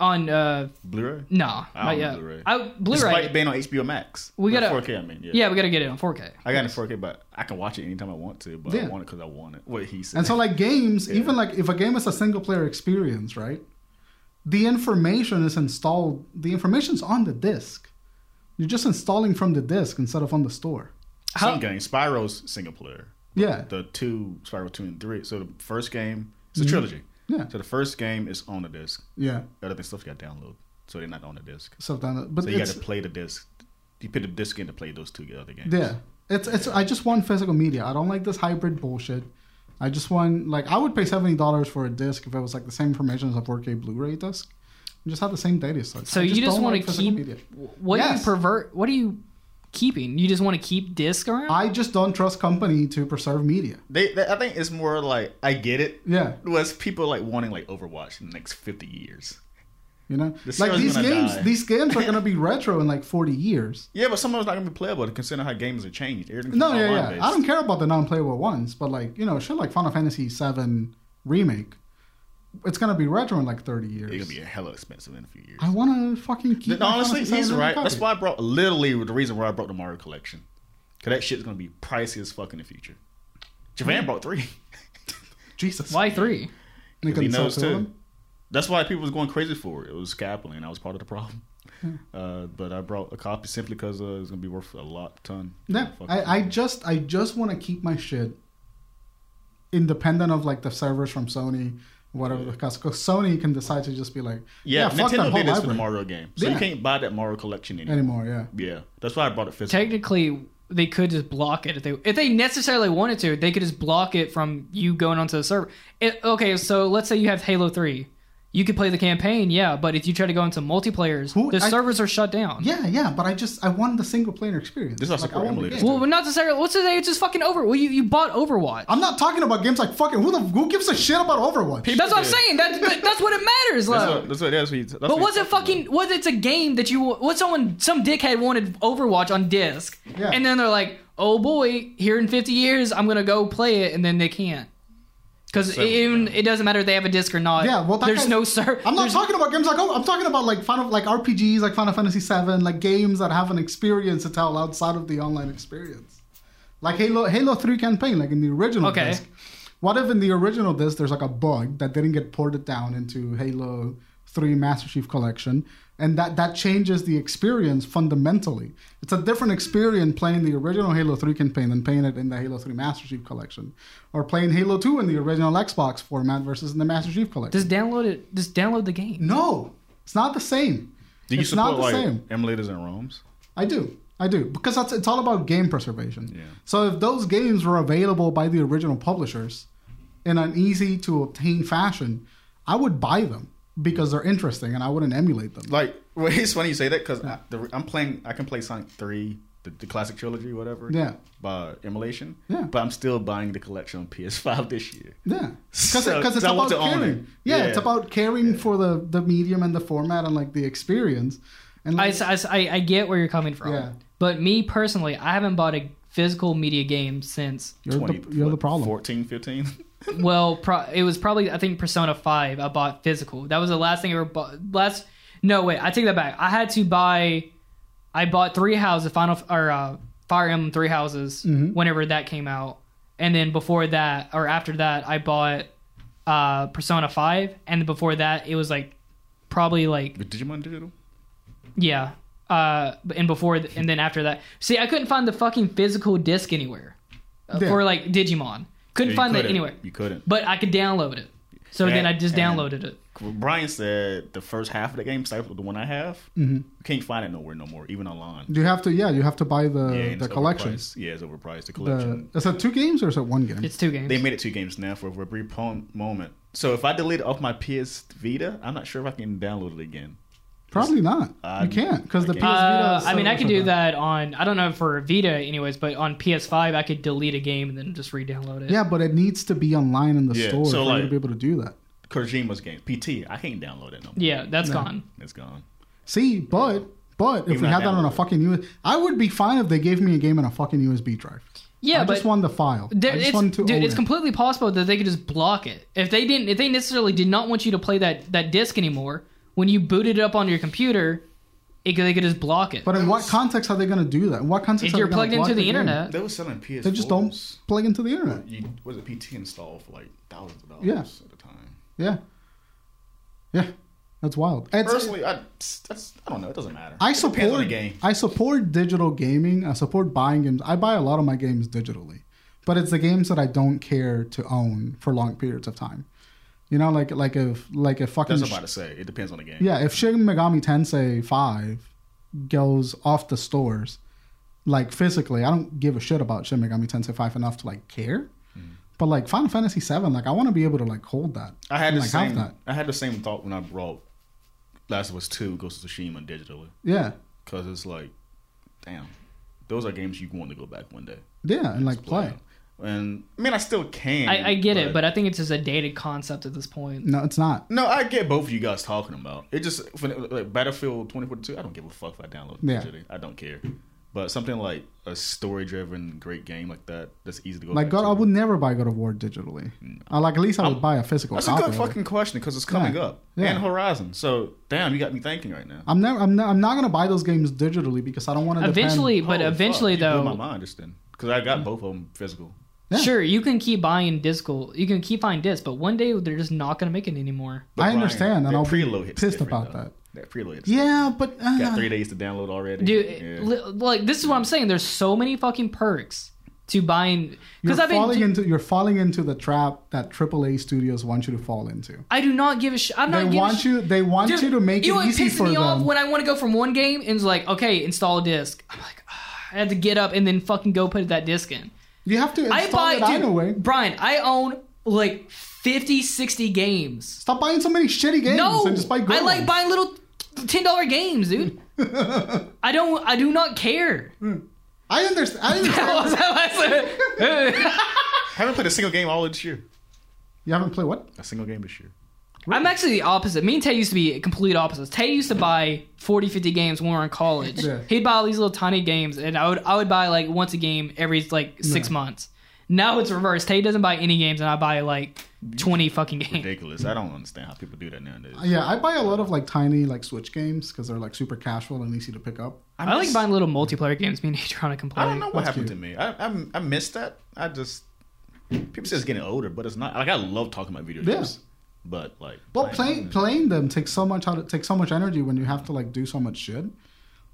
On uh, Blu-ray? no, I own yeah, Blu-ray. I, Blu-ray. Despite being on HBO Max, We Or gotta- 4K. I mean, yeah. Yeah, we gotta get it on 4K. I got it in 4K, but I can watch it anytime I want to. But Yeah. I want it because I want it. What he said. And so, like games, even like if a game is a single player experience, right? The information is installed. The information's on the disc. You're just installing from the disc instead of on the store. How- Some games. Spyro's single player. Yeah. The two Spyro two and three. So the first game, it's a trilogy. Mm-hmm. Yeah. So the first game is on the disc. Yeah. The other thing stuff you got to download. so they're not on the disc. Subdownload. But So you got it's, to play the disc. You put the disc in to play those two other games. yeah, it's it's. I just want physical media. I don't like this hybrid bullshit. I just want like I would pay seventy dollars for a disc if it was like the same information as a 4K Blu-ray disc. And just have the same data sets. So I you just don't want like to physical keep what do Yes. you pervert? What are you keeping? You just want to keep disc around? I just don't trust company to preserve media. They, they, I think it's more like I get it. Yeah, Was people like wanting like Overwatch in the next fifty years? you know, The like show's these gonna games, die. these games are gonna be retro in like forty years. Yeah, but some of it's not gonna be playable considering how games have changed. Everything's No, yeah, yeah. online I based. don't care about the non-playable ones, but like you know, shit like Final Fantasy VII remake, it's gonna be retro in like thirty years. It's gonna be hella expensive in a few years. I want to fucking keep. No, my honestly, Final he's Fantasy VII right. copy. That's why I brought literally the reason why I brought the Mario collection. Cause that shit's gonna be pricey as fuck in the future. Javan brought three. Jesus. Why three? They 'Cause he couldn't sell knows two of too. them? That's why people was going crazy for it. It was scalping, and I was part of the problem. Hmm. Uh, but I brought a copy simply because uh, it's gonna be worth a lot ton. Yeah, Fuck it. I, I just I just want to keep my shit independent of like the servers from Sony, whatever the cost. Because Sony can decide to just be like, yeah, fuck that Nintendo whole did this for the library Mario game, so Yeah. you can't buy that Mario collection anymore. anymore. Yeah, Yeah, that's why I brought it physical. Technically, they could just block it if they if they necessarily wanted to. They could just block it from you going onto the server. It, okay, so let's say you have Halo Three. You could play the campaign, yeah, but if you try to go into multiplayers, Who- the I- servers are shut down. yeah, yeah. But I just I want the single player experience. This is our like, I support want the emulator. game. Well, but not necessarily. What's today? It's just fucking over. Well, you, you bought Overwatch. I'm not talking about games like fucking who the who gives a shit about Overwatch. that's what I'm Yeah. saying. That, that- that's what it matters. That's Like. what, that's what, that's what, he- that's what But he was it talked about. fucking? Was it's a game that you? What someone? Some dickhead wanted Overwatch on disc, Yeah. and then they're like, "Oh boy, here in 50 years, I'm gonna go play it," and then they can't because So- even it doesn't matter if they have a disc or not. Yeah, well, that there's guy's- no sir. I'm not there's- talking about games like oh, I'm talking about like Final like RPGs like Final Fantasy VII, like games that have an experience to tell outside of the online experience, like Halo Halo Three campaign, like in the original Okay. disc. What if in the original disc there's like a bug that didn't get ported down into Halo Three Master Chief Collection, and that that changes the experience fundamentally. It's a different experience playing the original Halo Three campaign than playing it in the Halo Three Master Chief Collection, or playing Halo Two in the original Xbox format versus in the Master Chief Collection. Just download it. Just download the game. No, it's not the same. Do you it's support not the like same. emulators and ROMs? I do. I do because that's it's all about game preservation. Yeah. So if those games were available by the original publishers in an easy to obtain fashion, I would buy them because they're interesting and I wouldn't emulate them. Like, well, it's funny you say that because I'm playing. I can play Sonic Three, the, the classic trilogy, whatever. Yeah. By emulation. Yeah. But I'm still buying the collection on PS5 this year. Yeah, because So- it's 'cause I about want to own caring. it. Yeah, Yeah. it's about caring for the the medium and the format and like the experience. And I, like, s- I s- I- I get where you're coming from, Yeah. but me personally, I haven't bought a physical media game since you're, the, you're the what, problem. 14, 15. Well, pro- it was probably I think Persona Five. I bought physical. That was the last thing I ever bought. Last, no wait, I take that back. I had to buy. I bought three houses, Final or uh, Fire Emblem Three Houses, whenever that came out, and then before that or after that, I bought uh, Persona Five, and before that, it was like probably like But Digimon Digital. yeah. Uh, and before th- and then after that, see, I couldn't find the fucking physical disc anywhere, Uh, Yeah. for like Digimon. Couldn't You find that couldn't. anywhere You couldn't. but I could download it. So then I just And- downloaded it. Brian said the first half of the game, except for the one I have, Mm-hmm. you can't find it nowhere no more, even online. You have to yeah, you have to buy the yeah, and the it's collection. overpriced. Yeah, it's overpriced. The collection. The, is it two games or is it one game? It's two games. They made it two games now for a brief po- moment. So if I delete it off my PS Vita, I'm not sure if I can download it again. Probably not. Uh, you can't because the I PS can't. Vita. uh, is I mean, I so- could do that on. I don't know for Vita, anyways, but on PS5, I could delete a game and then just re-download it. Yeah, but it needs to be online in the Yeah, store so for you to like- be able to do that. Kojima's game, PT. I can't download it no more. yeah, that's gone. It's gone. See, but but if Even we not had that on a downloaded. fucking US, I would be fine if they gave me a game and a fucking USB drive. Yeah, I but just want the file. there- I just it's, want to dude, own it's it. completely possible that they could just block it if they didn't. If they necessarily did not want you to play that that disc anymore, when you booted it up on your computer, it could, they could just block it. but in what context are they going to do that? In what context? if are they you're gonna plugged block into the game? internet, They were selling PS. they just don't plug into the internet. You was it PT installed for like thousands of dollars Yeah. at the time. Yeah, yeah, that's wild. It's- Personally, I that's I don't know. It doesn't matter. I It depends on support the game. I support digital gaming. I support buying games. I buy a lot of my games digitally, but it's the games that I don't care to own for long periods of time. You know, like like if like if fucking That's what I'm about to say. It depends on the game. yeah, if Shin Megami Tensei Five goes off the stores, like physically, I don't give a shit about Shin Megami Tensei Five enough to like care. Hmm. But like Final Fantasy Seven, like I want to be able to like hold that. I had the like, have same. that. I had the same thought when I brought Last of Us Two Ghost of Tsushima digitally Yeah, because it's like, damn, those are games you want to go back one day. yeah, and like play. And I mean, I still can. I, I get it, but I think it's just a dated concept at this point. No, it's not. no, I get both of you guys talking about it. Just for, like Battlefield 2042, I don't give a fuck if I download it Yeah. digitally. I don't care. But something like a story-driven great game like that that's easy to go. Like back God, to. I would never buy God of War digitally. I, like at least I would buy a physical That's a copy. good of it. fucking question because it's coming Yeah. up Yeah. and Horizon. So damn, you got me thinking right now. I'm never. I'm not. I'm not gonna buy those games digitally because I don't want to. Eventually, Holy but fuck, eventually you blew though, my mind just then because I got both of them physical. Yeah. sure you can keep buying discal, you can keep buying discs, but one day they're just not gonna make it anymore. But I understand, and their I'll be preload hits pissed different, about though. that. That preload hits yeah, but uh, different. got three days to download already. Dude, Yeah. li- like this is what I'm saying. There's so many fucking perks to buying because you're I've been. falling into you're falling into the trap that AAA studios want you to fall into. I do not give a shit. I'm They not. want giving a you. They want Dude, you to make you know it what easy pisses for me off them. when I want to go from one game and it's like, okay, install a disc. I'm like, ah, I had to get up and then fucking go put that disc in. you have to install I buy, it dude, anyway. Brian, I own like 50, 60 games. Stop buying so many shitty games No, and just buy good I like ones. buying little ten dollar games, dude. I don't. I do not care. I understand. I understand. I'm haven't played a single game all this year. you haven't played what? A single game this year. actually the opposite. Me and Tay used to be complete opposites. Tay used to buy 40, 50 games when we were in college. Yeah. He'd buy all these little tiny games, and I would I would buy like once a game every like six months. Now it's reversed. Tay doesn't buy any games, and I buy like twenty fucking games. Ridiculous. I don't understand how people do that nowadays. Yeah, I buy a lot of like tiny like Switch games because they're like super casual and easy to pick up. I like miss- buying little multiplayer games. Me and Adriana can play. I don't know what Um, That's happened cute. to me. I, I I missed that. I just people say it's getting older, but it's not. Like I love talking about video Yeah. games, but like mm. Well, playing playing them takes so much out. Takes so much energy when you have to like do so much shit.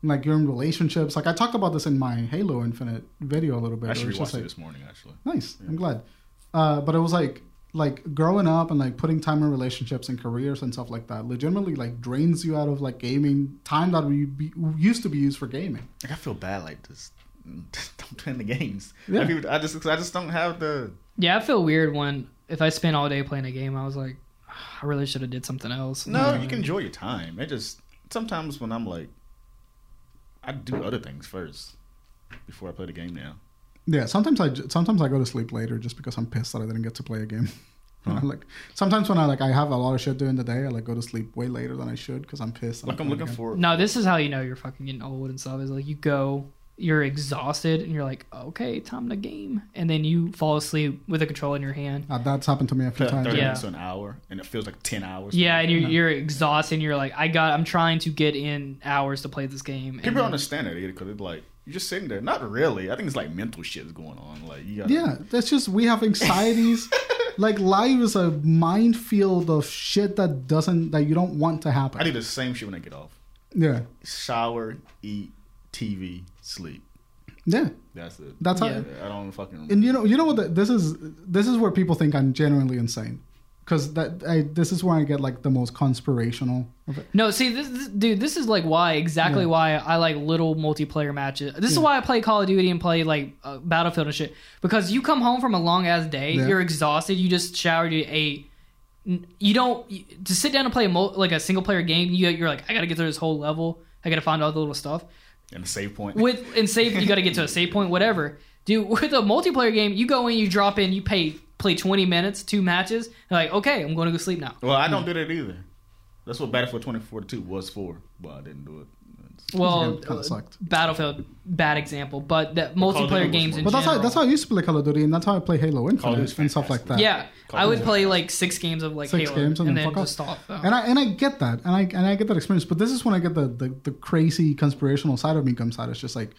Like you're in relationships. Like I talked about this in my Halo Infinite video a little bit. I It should was just rewatch it like- this morning actually. Nice. I'm glad. Uh, but it was like like growing up and like putting time in relationships and careers and stuff like that legitimately like drains you out of like gaming time that we be, used to be used for gaming. Like I feel bad. Like just don't play in the games. Yeah. Like, people- I just I just don't have the Yeah, I feel weird when if I spend all day playing a game, I was like, I really should have did something else. No, you can enjoy your time. It just sometimes when I'm like, I do other things first before I play the game. Now Yeah, sometimes I j- sometimes I go to sleep later just because I'm pissed that I didn't get to play a game. You know, like sometimes when I like I have a lot of shit during the day, I like go to sleep way later than I should because I'm pissed. that like I'm playing a looking game. for. No, this is how you know you're fucking getting old and stuff. Is like you go, you're exhausted, and you're like, okay, time to game, and then you fall asleep with a control in your hand. Uh, that's happened to me a few Thirty times. Yeah. minutes to an hour, and it feels like ten hours. Yeah, and you're, you're exhausted. And you're like, I got, I'm trying to get in hours to play this game. and Mm-hmm. people don't then- understand it either because it's like you're just sitting there. Not really. I think it's like mental shit's going on. Like you got Yeah, that's just we have anxieties. like life is a minefield of shit that doesn't that you don't want to happen. I do the same shit when I get off. yeah, Shower, eat, TV, sleep. yeah. That's it. That's Yeah. how. I don't fucking. And you know, you know what? The, this is this is where people think I'm genuinely insane, because that I, this is where I get like the most conspirational. Of it. No, see, this, this dude, this is like why exactly Yeah. why I like little multiplayer matches. This is why I play Call of Duty and play like uh, Battlefield and shit because you come home from a long ass day, Yeah. you're exhausted, you just showered, you ate. N- You don't you- to sit down and play a mul- like a single player game. You you're like, I gotta get through this whole level. I gotta find all the little stuff and the save point. with and save. You gotta get to a save point, whatever. Dude, with a multiplayer game, you go in, you drop in, you pay play 20 minutes, two matches. and like, okay, I'm going to go sleep now. well, I Mm. don't do that either. That's what Battlefield 2042 was for, but I didn't do it. It's- Well, uh, Kinda sucked. Battlefield, bad example, but that of Duty multiplayer was games more in But that's how general. that's how I used to play Call of Duty, and that's how I play Halo Call of Infinite Duty's and stuff like that. yeah, Call I of would Duty. play like six games of like Six Halo games and, and then then fuck off. just stop. though. And I and I get that, and I and I get that experience. But this is when I get the the, the crazy conspirational side of me comes out. It's just like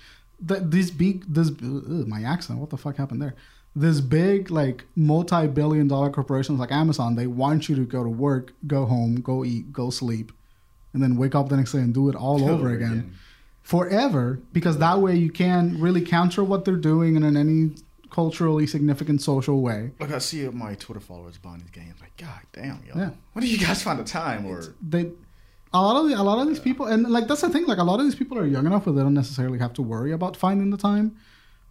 th- this big this ugh, my accent. What the fuck happened there? This big like multi billion dollar corporations like Amazon, they want you to go to work, go home, go eat, go sleep, and then wake up the next day and do it all over again. again. Forever, because that way you can really counter what they're doing, and then any culturally significant social way. Look, I see my Twitter followers buying these games. Like, god damn, yo. Yeah. When do you guys find the time? Or They a lot of the, a lot of these people and like that's the thing like a lot of these people are young enough where they don't necessarily have to worry about finding the time.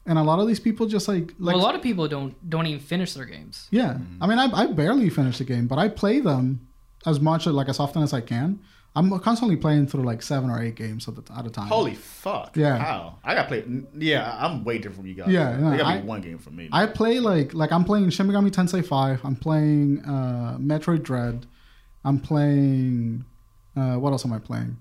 And a lot of these people just like like well, a lot of people don't don't even finish their games. Yeah, I mean, I, I barely finish the game, but I play them as much like as often as I can. I'm constantly playing through like seven or eight games at, the, at a time. holy fuck. Yeah. How? I gotta play n- yeah, I'm way different from you guys. Yeah, no, There gotta I- be one game for me. I play like like I'm playing Shin Megami Tensei Five. I'm playing uh, Metroid Dread. I'm playing uh, what else am I playing?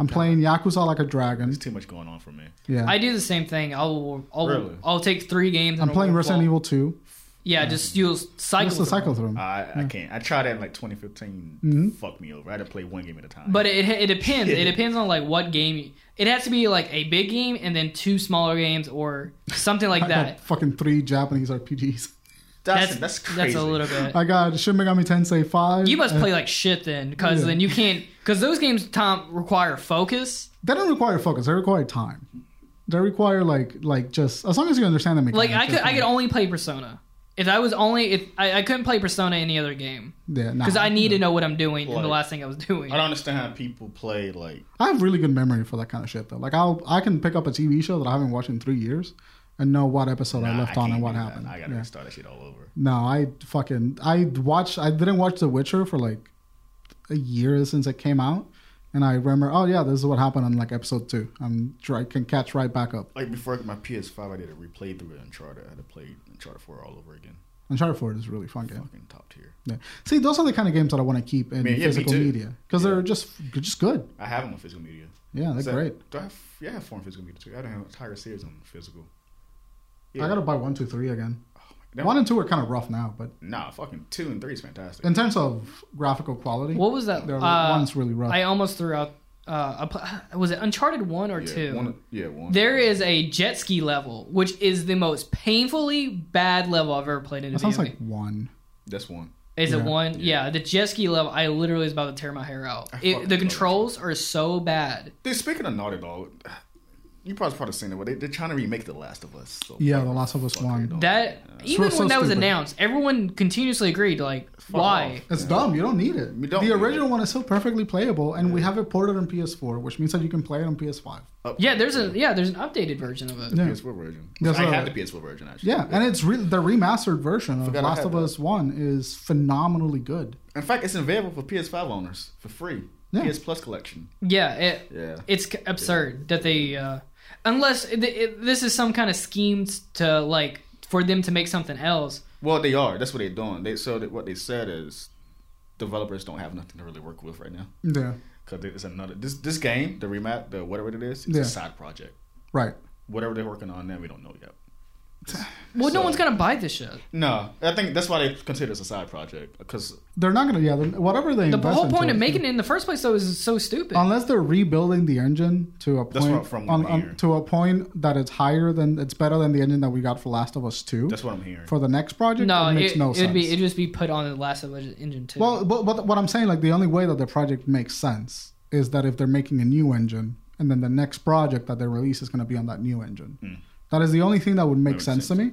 I'm playing Yakuza Like a Dragon. There's too much going on for me. Yeah, I do the same thing. I'll I'll, Really? I'll take three games. I'm and playing I'll- Resident Evil Two. Yeah, just you'll cycle. Uh, What's the through them. cycle through? I, I can't. I tried that in like 2015. Mm-hmm. Fuck me over. I had to play one game at a time. But it it depends. Yeah. It depends on like what game. You, it has to be like a big game and then two smaller games or something like I got that. fucking three Japanese RPGs. that's that's, crazy. That's a little bit. I got Shin Megami Tensei Five. You must and- play like shit then, because Uh, Yeah. then you can't. Because those games, Tom, require focus. they don't require focus. They require time. They require like like just as long as you understand the Like mechanics. I could, you're I could fine. only play Persona. If I was only, if I, I couldn't play Persona any other game, yeah nah. because I need to know what I'm doing and the Like- last thing I was doing. I don't understand how people play like I have really good memory for that kind of shit though. Like I'll I can pick up a TV show that I haven't watched in three years and know what episode I nah, left I on can't and what do that. happened. I gotta Yeah. restart that shit all over. No, I fucking I watched I didn't watch The Witcher for like a year since it came out. And I remember, oh yeah, this is what happened on like episode two. I'm sure I can catch right back up. Like before my PS5, I did a replay through Uncharted. I had to play Uncharted 4 all over again. Uncharted 4 is a really fun game. Fucking top tier. Yeah. See, those are the kind of games that I want to keep in Man, yeah, me physical too. media because Yeah. they're just just good. I have them on physical media. Yeah, Oh, they're Is that- great. Do I have? Yeah, I have four on physical media too. I don't have an entire series on physical. I gotta buy one, two, three again. Oh That One one. and two are kind of rough now, but Nah, fucking two and three is fantastic. in terms of graphical quality, What was that? they're uh, one's really rough. I almost threw out. Uh, a pl- was it Uncharted one or yeah, two? One, yeah, one. There is a jet ski level, which is the most painfully bad level I've ever played in a that video sounds game. like one. That's one. Is Yeah. it one? Yeah. the jet ski level. I literally was about to tear my hair out. I fucking It, the love controls are so bad. Dude, speaking of Naughty Dog, you probably probably seen it, but they, they're trying to remake The Last of Us. So Yeah, fuck The Last of Us fuck they one. don't. That even so when that was stupid. announced, everyone continuously agreed like, why? off. It's dumb. You don't need it. You don't the need original it. one is still perfectly playable, and we have it ported on PS4, which means that you can play it on PS5. Up- Yeah, there's a yeah, there's an updated version of it. Yeah. PS4 version. That's I what- had the PS4 version actually. Yeah, and it's re- the remastered version of Forgot I Last had of that. Us One is phenomenally good. in fact, it's available for PS5 owners for free. Yeah. PS Plus collection. Yeah, it Yeah. it's c- absurd that they uh, unless it, it, this is some kind of scheme to like for them to make something else. Well, they are. That's what they're doing. They so that what they said is developers don't have nothing to really work with right now Yeah, because it's another this this game the remap the whatever it is it's Yeah. a side project. right. Whatever they're working on now, we don't know yet. Well, So- no one's gonna buy this shit. No, I think that's why they consider it a side project because They're not gonna. Yeah, they're- whatever they. The invest whole into point of it- making it in the first place though is so stupid. unless they're rebuilding the engine to a That's point what- from on, what I on- hear. to a point that it's higher than it's better than the engine that we got for Last of Us Two that's what I'm hearing. for the next project. no, it makes it, no it'd sense. be it'd just be put on the Last of Us engine too. well, but, but what I'm saying, like the only way that the project makes sense is that if they're making a new engine and then the next project that they release is going to be on that new engine. That is the only thing that would make Hmm. makes sense, sense. to me.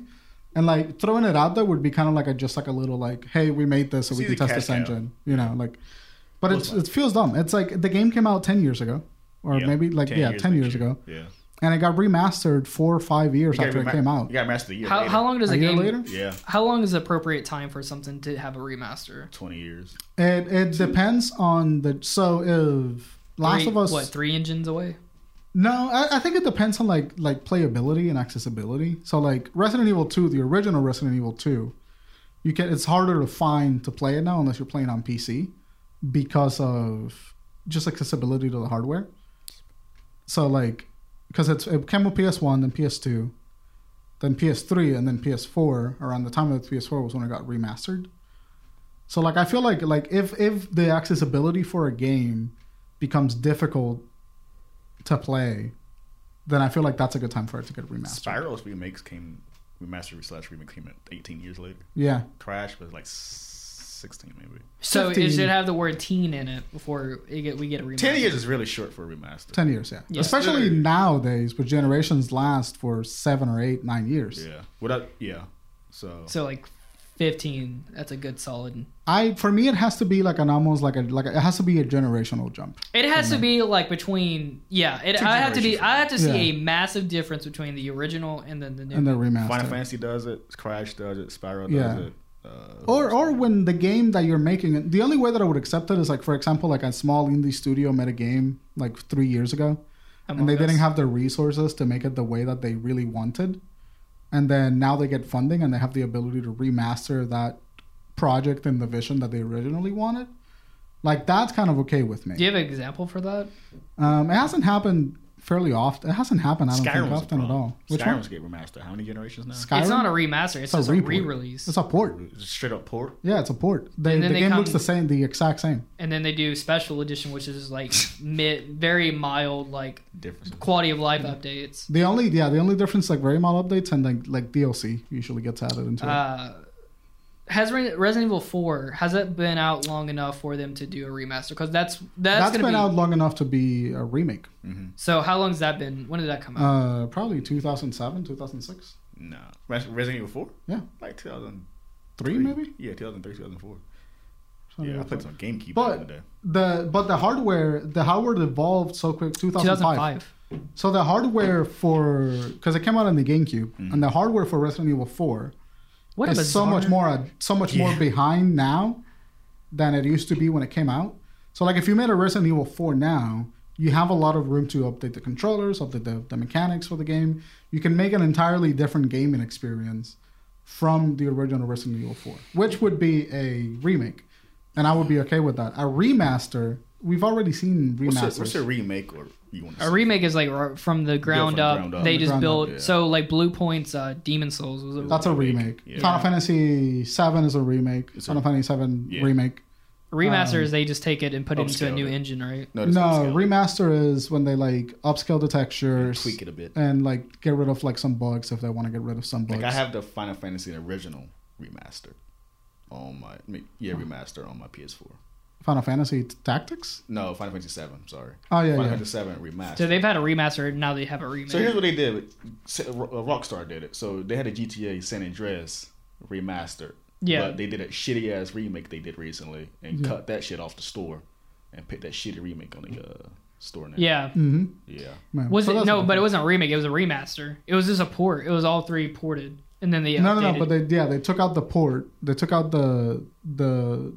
And like throwing it out there would be kind of like a just like a little like, hey, we made this so we It's can either test this cash cow. engine, you know, like. But it's, Looks like- it feels dumb. It's like the game came out ten years ago, or Yeah, maybe like yeah, ten next years year. ago. Yeah. and it got remastered four or five years You gotta after it rema- came out. You got master the year. how, later. how long does A a, year game later? Yeah, How long is the appropriate time for something to have a remaster? twenty years. It it depends on the so if Last Three- of Us. What three engines away? No, I, I think it depends on like like playability and accessibility. So like Resident Evil Two, the original Resident Evil Two, you can it's harder to find to play it now unless you're playing on PC because of just accessibility to the hardware. So like because it's it came with PS One, then PS Two, then PS Three, and then PS Four. Around the time of the PS Four was when it got remastered. So like I feel like like if if the accessibility for a game becomes difficult to play, then I feel like that's a good time for it to get remastered. Spiral's remakes came remastered slash remake came out eighteen years later. Yeah, Crash was like s- sixteen maybe. So it 15. should have the word teen in it before it get, we get a remaster. Ten years is really short for a remaster. Ten years, yeah. Yeah. Especially Yeah. nowadays, where generations last for seven or eight, nine years. Yeah. Without yeah. So, So like 15, that's a good solid. I for me, it has to be like an almost like a like a, it has to be a generational jump. It has to be like between yeah. It, I have to be. generations. I have to see Yeah. a massive difference between the original and then the new. in the remaster. Final Fantasy does it. Crash does it. Spyro does Yeah. it. Uh, or or when the game that you're making the only way that i would accept it is like for example like a small indie studio made a game like three years ago Among and they Us. didn't have the resources to make it the way that they really wanted and then now they get funding and they have the ability to remaster that project in the vision that they originally wanted like that's kind of okay with me Do you have an example for that? um, it hasn't happened fairly often it hasn't happened i don't think Skyrim's a often at problem. all which Skyrim's get remastered. How many generations now? one It's not a remaster. It's, a just a report. re-release. it's a port It's Straight up port. yeah it's a port they, And the then they game come- looks the same the exact same and then they do special edition, which is like mid, very mild, like Difference. quality of life updates. The only yeah, the only difference like very mild updates and like like DLC usually gets added into it. Uh, has Re- Resident Evil Four has it been out long enough for them to do a remaster? Because that's that's, That's gonna been be out long enough to be a remake. Mm-hmm. so. How long's that been? When did that come out? Uh, probably 2007, 2006, No. Res- Resident Evil Four. Yeah. Like 2003 three maybe. Yeah, 2003, 2004. Something yeah, I like played that. some GameCube But- back in the day. The but the hardware the hardware evolved so quick 2005. 2005. So the hardware for because it came out on the GameCube Mm-hmm. and the hardware for Resident Evil 4 What a is so much bizarre- more ad- so much more Yeah. behind now than it used to be when it came out. So like if you made a Resident Evil 4 now, you have a lot of room to update the controllers, update the, the mechanics for the game. You can make an entirely different gaming experience from the original Resident Evil 4, which would be a remake. And I would be okay with that. A remaster, we've already seen remasters. What's a, what's a remake or you want to A say? remake is like r- from the ground, the up. ground up. They The just ground built up, yeah. so like Blue Point's uh, Demon Souls was a That's a remake. Yeah. Final Fantasy 7 is a remake. It's a- Final Fantasy 7 Yeah. remake. um, remasters. they just take it and put it into a upscaled new it. engine, right? it's no, upscale. remaster is when they like upscale the textures, Tweak it a bit. and like get rid of like some bugs if they want to get rid of some bugs. Like I have the Final Fantasy original remaster on my I mean, yeah remaster on my PS4. Final Fantasy t- Tactics. No, Final Fantasy Seven. Sorry. Oh, yeah, Final yeah. Fantasy Seven remaster. So they've had a remaster. and Now they have a remake. So here's what they did. Sa- Ro- uh, Rockstar did it. So they had a GTA San Andreas remastered. Yeah. But they did a shitty ass remake they did recently and Yeah. cut that shit off the store and picked that shitty remake on the uh, store now. yeah. Mm-hmm. Yeah. Was it no? But it wasn't a remake. It was a remaster. It was just a port. It was all three ported, and then they no, no, updated. no. But they yeah they took out the port. They took out the the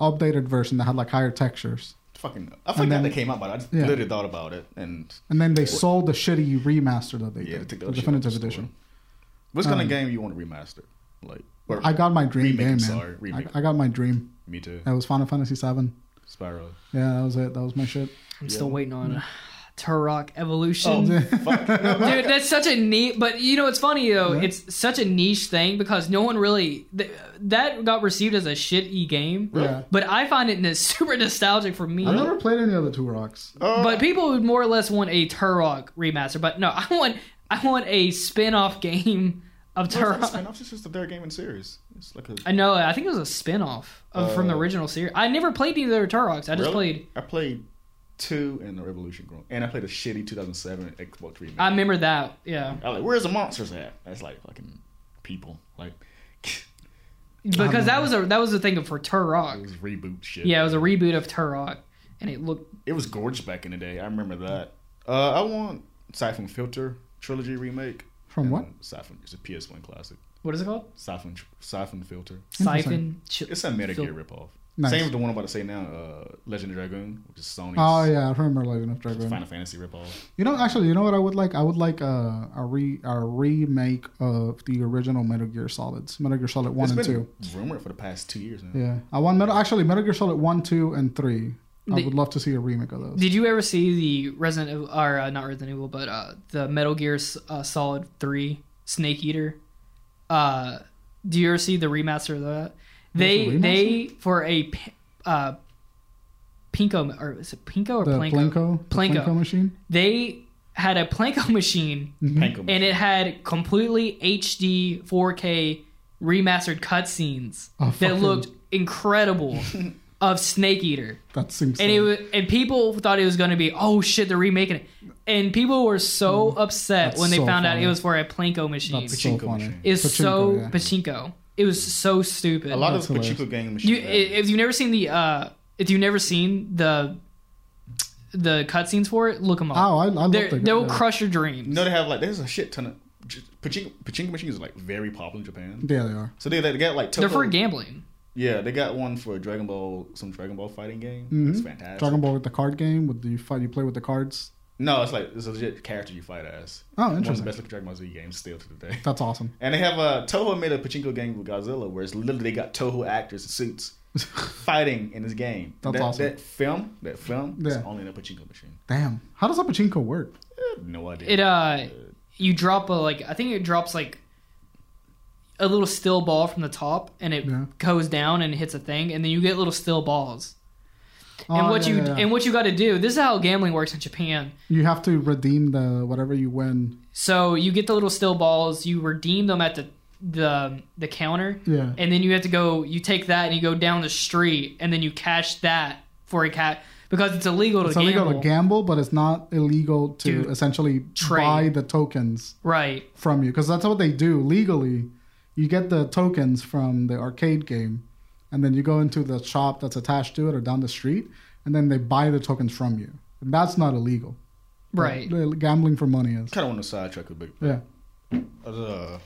updated version that had like higher textures, Fucking. I forgot then- that came out, but I just yeah. literally thought about it and and then they sold the shitty remaster that they yeah, did, took the that shit off definitive the store. edition. What kind Um, of game you want to remaster? Like. Or, I got my dream Remake, game, I'm man. sorry, remake. I, I got my dream. me too. That was Final Fantasy VII. Spyro. Yeah, that was it. That was my shit. I'm still waiting on uh, Turok Evolution. Oh, Fuck. Dude, that's such a neat. But you know, it's funny though. It's such a niche thing because no one really th- that got received as a shitty game. Yeah. But I find it n- super nostalgic for me. I never played any other two rocks. Uh, But people would more or less want a Turok remaster. But no, I want I want a spin-off game of Turok. Turok. It's just the third game in series. It's like a. I know. I think it was a spin-off of, from the Uh, original series. I never played either of Turoks. I just Really? played. I played two and the Revolution Girl, and I played a shitty 2007 Xbox remake. I I'm, remember that. Yeah. like, where's the monsters at? That's like fucking people, like Because that was a that was the thing for it Turok. was reboot shit. Yeah, it was a reboot of Turok, and it looked it was gorgeous back in the day. I remember that. Uh, I want Siphon Filter trilogy remake From And what? Siphon. It's a PS1 classic. what is it called? Siphon tr- Siphon Filter. Siphon. Ch- It's a Metal Fil- Gear ripoff. Nice. Same with the one I'm about to say now, uh, Legend of Dragoon, which is Sony's Oh yeah, I remember Legend of Dragoon. Final Fantasy ripoff. You know, actually, you know what I would like? I would like uh, a a, re, a remake of the original Metal Gear Solids, Metal Gear Solid One It's and been Two. rumored for the past two years now. Yeah, I want Metal. Actually, Metal Gear Solid One, Two, and Three. I The- would love to see a remake of those. Did you ever see the Resident Evil, or uh, not Resident Evil, but uh, the Metal Gear S- uh, Solid Three Snake Eater? Uh, do you ever see the remaster of that? They There's a remaster? they for a p- uh, Pinko or is it Pinko or The Planko? Plinko, the Plinko. Plinko machine. They had a Planko machine Mm-hmm. Panko and it had completely HD 4K remastered cutscenes Oh, that fucking- looked incredible of Snake Eater. That seems. And it was, and people thought it was going to be oh shit they're remaking it, and people were so upset Mm. that's when they so found out funny. it was for a Plinko machine. that's so Pachinko funny. machine. It's so yeah. pachinko. It was so stupid. A lot of That's hilarious. Pachinko gang you, machines. i- if you've never seen the uh, if you've never seen the the cutscenes for it, look them up. Oh, I, I love They're- the- they'll yeah. crush your dreams. no, they have like there's a shit ton of pachinko, pachinko machines are like very popular in Japan. Yeah, they are. So they, they got like they're for Toko- gambling. Yeah, they got one for Dragon Ball, some Dragon Ball fighting game. It's fantastic. Mm-hmm. Dragon Ball with the card game. With the, you fight, you play with the cards. No, it's like it's a legit character you fight as. Oh, One of the interesting. best looking Dragon Ball Z games still to the day. That's awesome. And they have a Toho made a pachinko game with Godzilla, where it's literally they got Toho actors in suits fighting in this game. That's that, awesome. That film, that film, is Yeah. only in a pachinko machine. Damn. How does a pachinko work? I have no idea. It uh, you drop a like I think it drops like a little still ball from the top, and it Yeah. goes down and hits a thing, and then you get little still balls. and Oh, what yeah, you yeah, yeah. and what you got to do? This is how gambling works in Japan. you have to redeem the whatever you win. So you get the little still balls, you redeem them at the the the counter, Yeah. and then you have to go. You take that and you go down the street, and then you cash that for a cat because it's illegal to It's gamble. illegal to gamble, but it's not illegal to Dude, essentially trade. buy the tokens Right. from you because that's what they do legally. You get the tokens from the arcade game, and then you go into the shop that's attached to it or down the street, and then they buy the tokens from you. And that's not illegal. Right. But Gambling for money is. kind of want to sidetrack a bit. Yeah. Uh,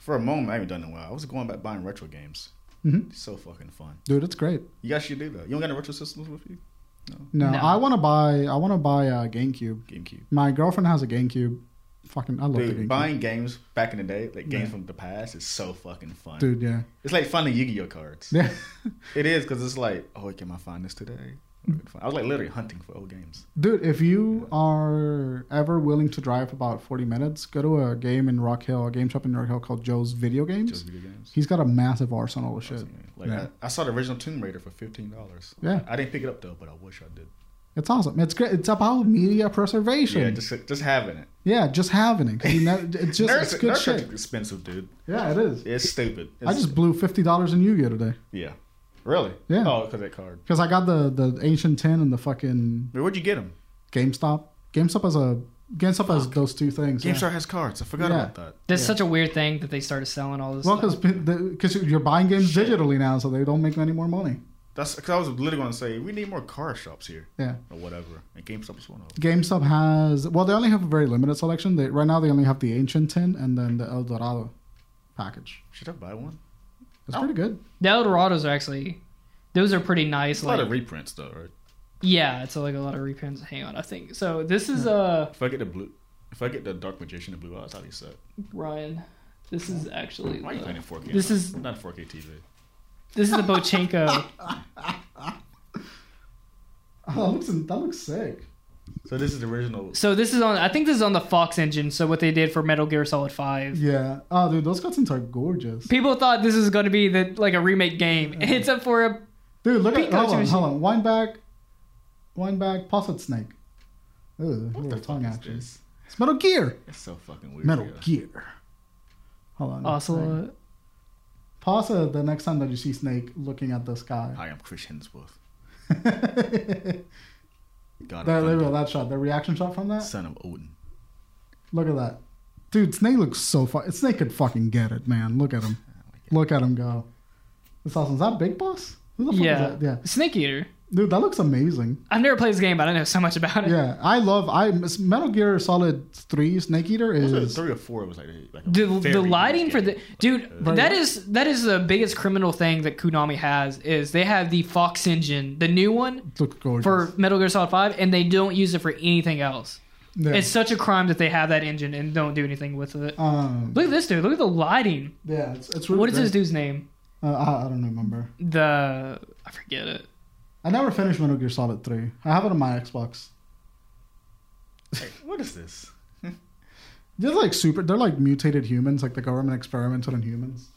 for a moment, I haven't done it in a while. I was going back buying retro games. Mhm. It's so fucking fun. Dude, it's great. You guys should do that. You don't got any retro systems with you? No, No. I want to buy. I want to buy a GameCube. GameCube. My girlfriend has a GameCube. Fucking, I love the Dude, GameCube. buying games back in the day, like games from the past, is so fucking fun. Dude, yeah, It's like finding Yu-Gi-Oh cards. yeah. It is because it's like, oh, can I find this today? Mm. I was like literally hunting for old games. Dude, if you are ever willing to drive about forty minutes, go to a game in Rock Hill, a game shop in Rock Hill called Joe's Video Games. Just video games. He's got a massive arsenal of shit. Like Yeah. I, I saw the original Tomb Raider for fifteen dollars. Yeah. I didn't pick it up though, but I wish I did. It's awesome. It's great. It's about media preservation. Yeah, just just having it. having it. 'Cause you know, it's just Nerds- it's good nerds are shit. expensive, dude. Yeah, it is. It's stupid. I It's- just blew fifty dollars in Yu-Gi-Oh today yeah, really. Yeah. Oh, because that card. because I got the the ancient ten and the fucking Wait, where'd you get them? GameStop. GameStop has a GameStop has those two things. GameStar has cards. I forgot Yeah. about that. That's such a weird thing that they started selling all this. Yeah. Well, stuff. because you're buying games digitally now, so they don't make any more money. That's because I was literally going to say we need more card shops here Yeah. or whatever, and GameStop is one of them. GameStop has well, they only have a very limited selection. They right now they only have the Ancient Tin and then the El Dorado package. Should I buy one? Oh. It's pretty good. The Eldorados are actually, those are pretty nice. It's a lot Like, of reprints though, right? yeah, it's like a lot of reprints. Hang on, I think so. This is uh If I get the blue, if I get the Dark Magician and Blue Eyes, I'll be set. Ryan. This is actually Why are you the- playing in 4K? This is- not a 4K TV. this is the Bochenko. Oh, that looks that looks sick. So this is the original. so this is on. I think this is on the Fox engine. So what they did for Metal Gear Solid Five. Yeah. Oh, dude, those cutscenes are gorgeous. People thought this was going to be the like a remake game. It's up for a Dude, look at Pikachu hold on, machine. hold on. Wind back, wind back, posset snake. Ooh, little tongue fuck is action. this? It's Metal Gear. It's so fucking weird. Metal yeah. Gear. Hold on. ocelot. Pasa the next time that you see Snake looking at the sky. Hi, I'm Chris Hemsworth. that, God, there of we thunder, go, that shot, the reaction shot from that. son of Odin. Look at that. Dude, Snake looks so fu- Snake could fucking get it, man. Look at him. Look at him go. That's awesome. Is that Big Boss? Who the fuck Yeah. is that? Yeah. Snake Eater. Dude, that looks amazing. I've never played this game, but I know so much about it. Yeah, I love I Metal Gear Solid Three Snake Eater Was it is three or four? It was like, like a The, very the lighting nice for the game. dude Very that well. is that is the biggest criminal thing that Konami has is they have the Fox engine the new one look gorgeous. for Metal Gear Solid Five and they don't use it for anything else. yeah. It's such a crime that they have that engine and don't do anything with it. um, Look at this dude. Look at the lighting. yeah, it's, it's really What is this great. dude's name? Uh, I, I don't remember. The I forget it. I never finished Metal Gear Solid Three. I have it on my Xbox. Like, what is this? They're like super. They're like mutated humans. Like the government experimented on humans.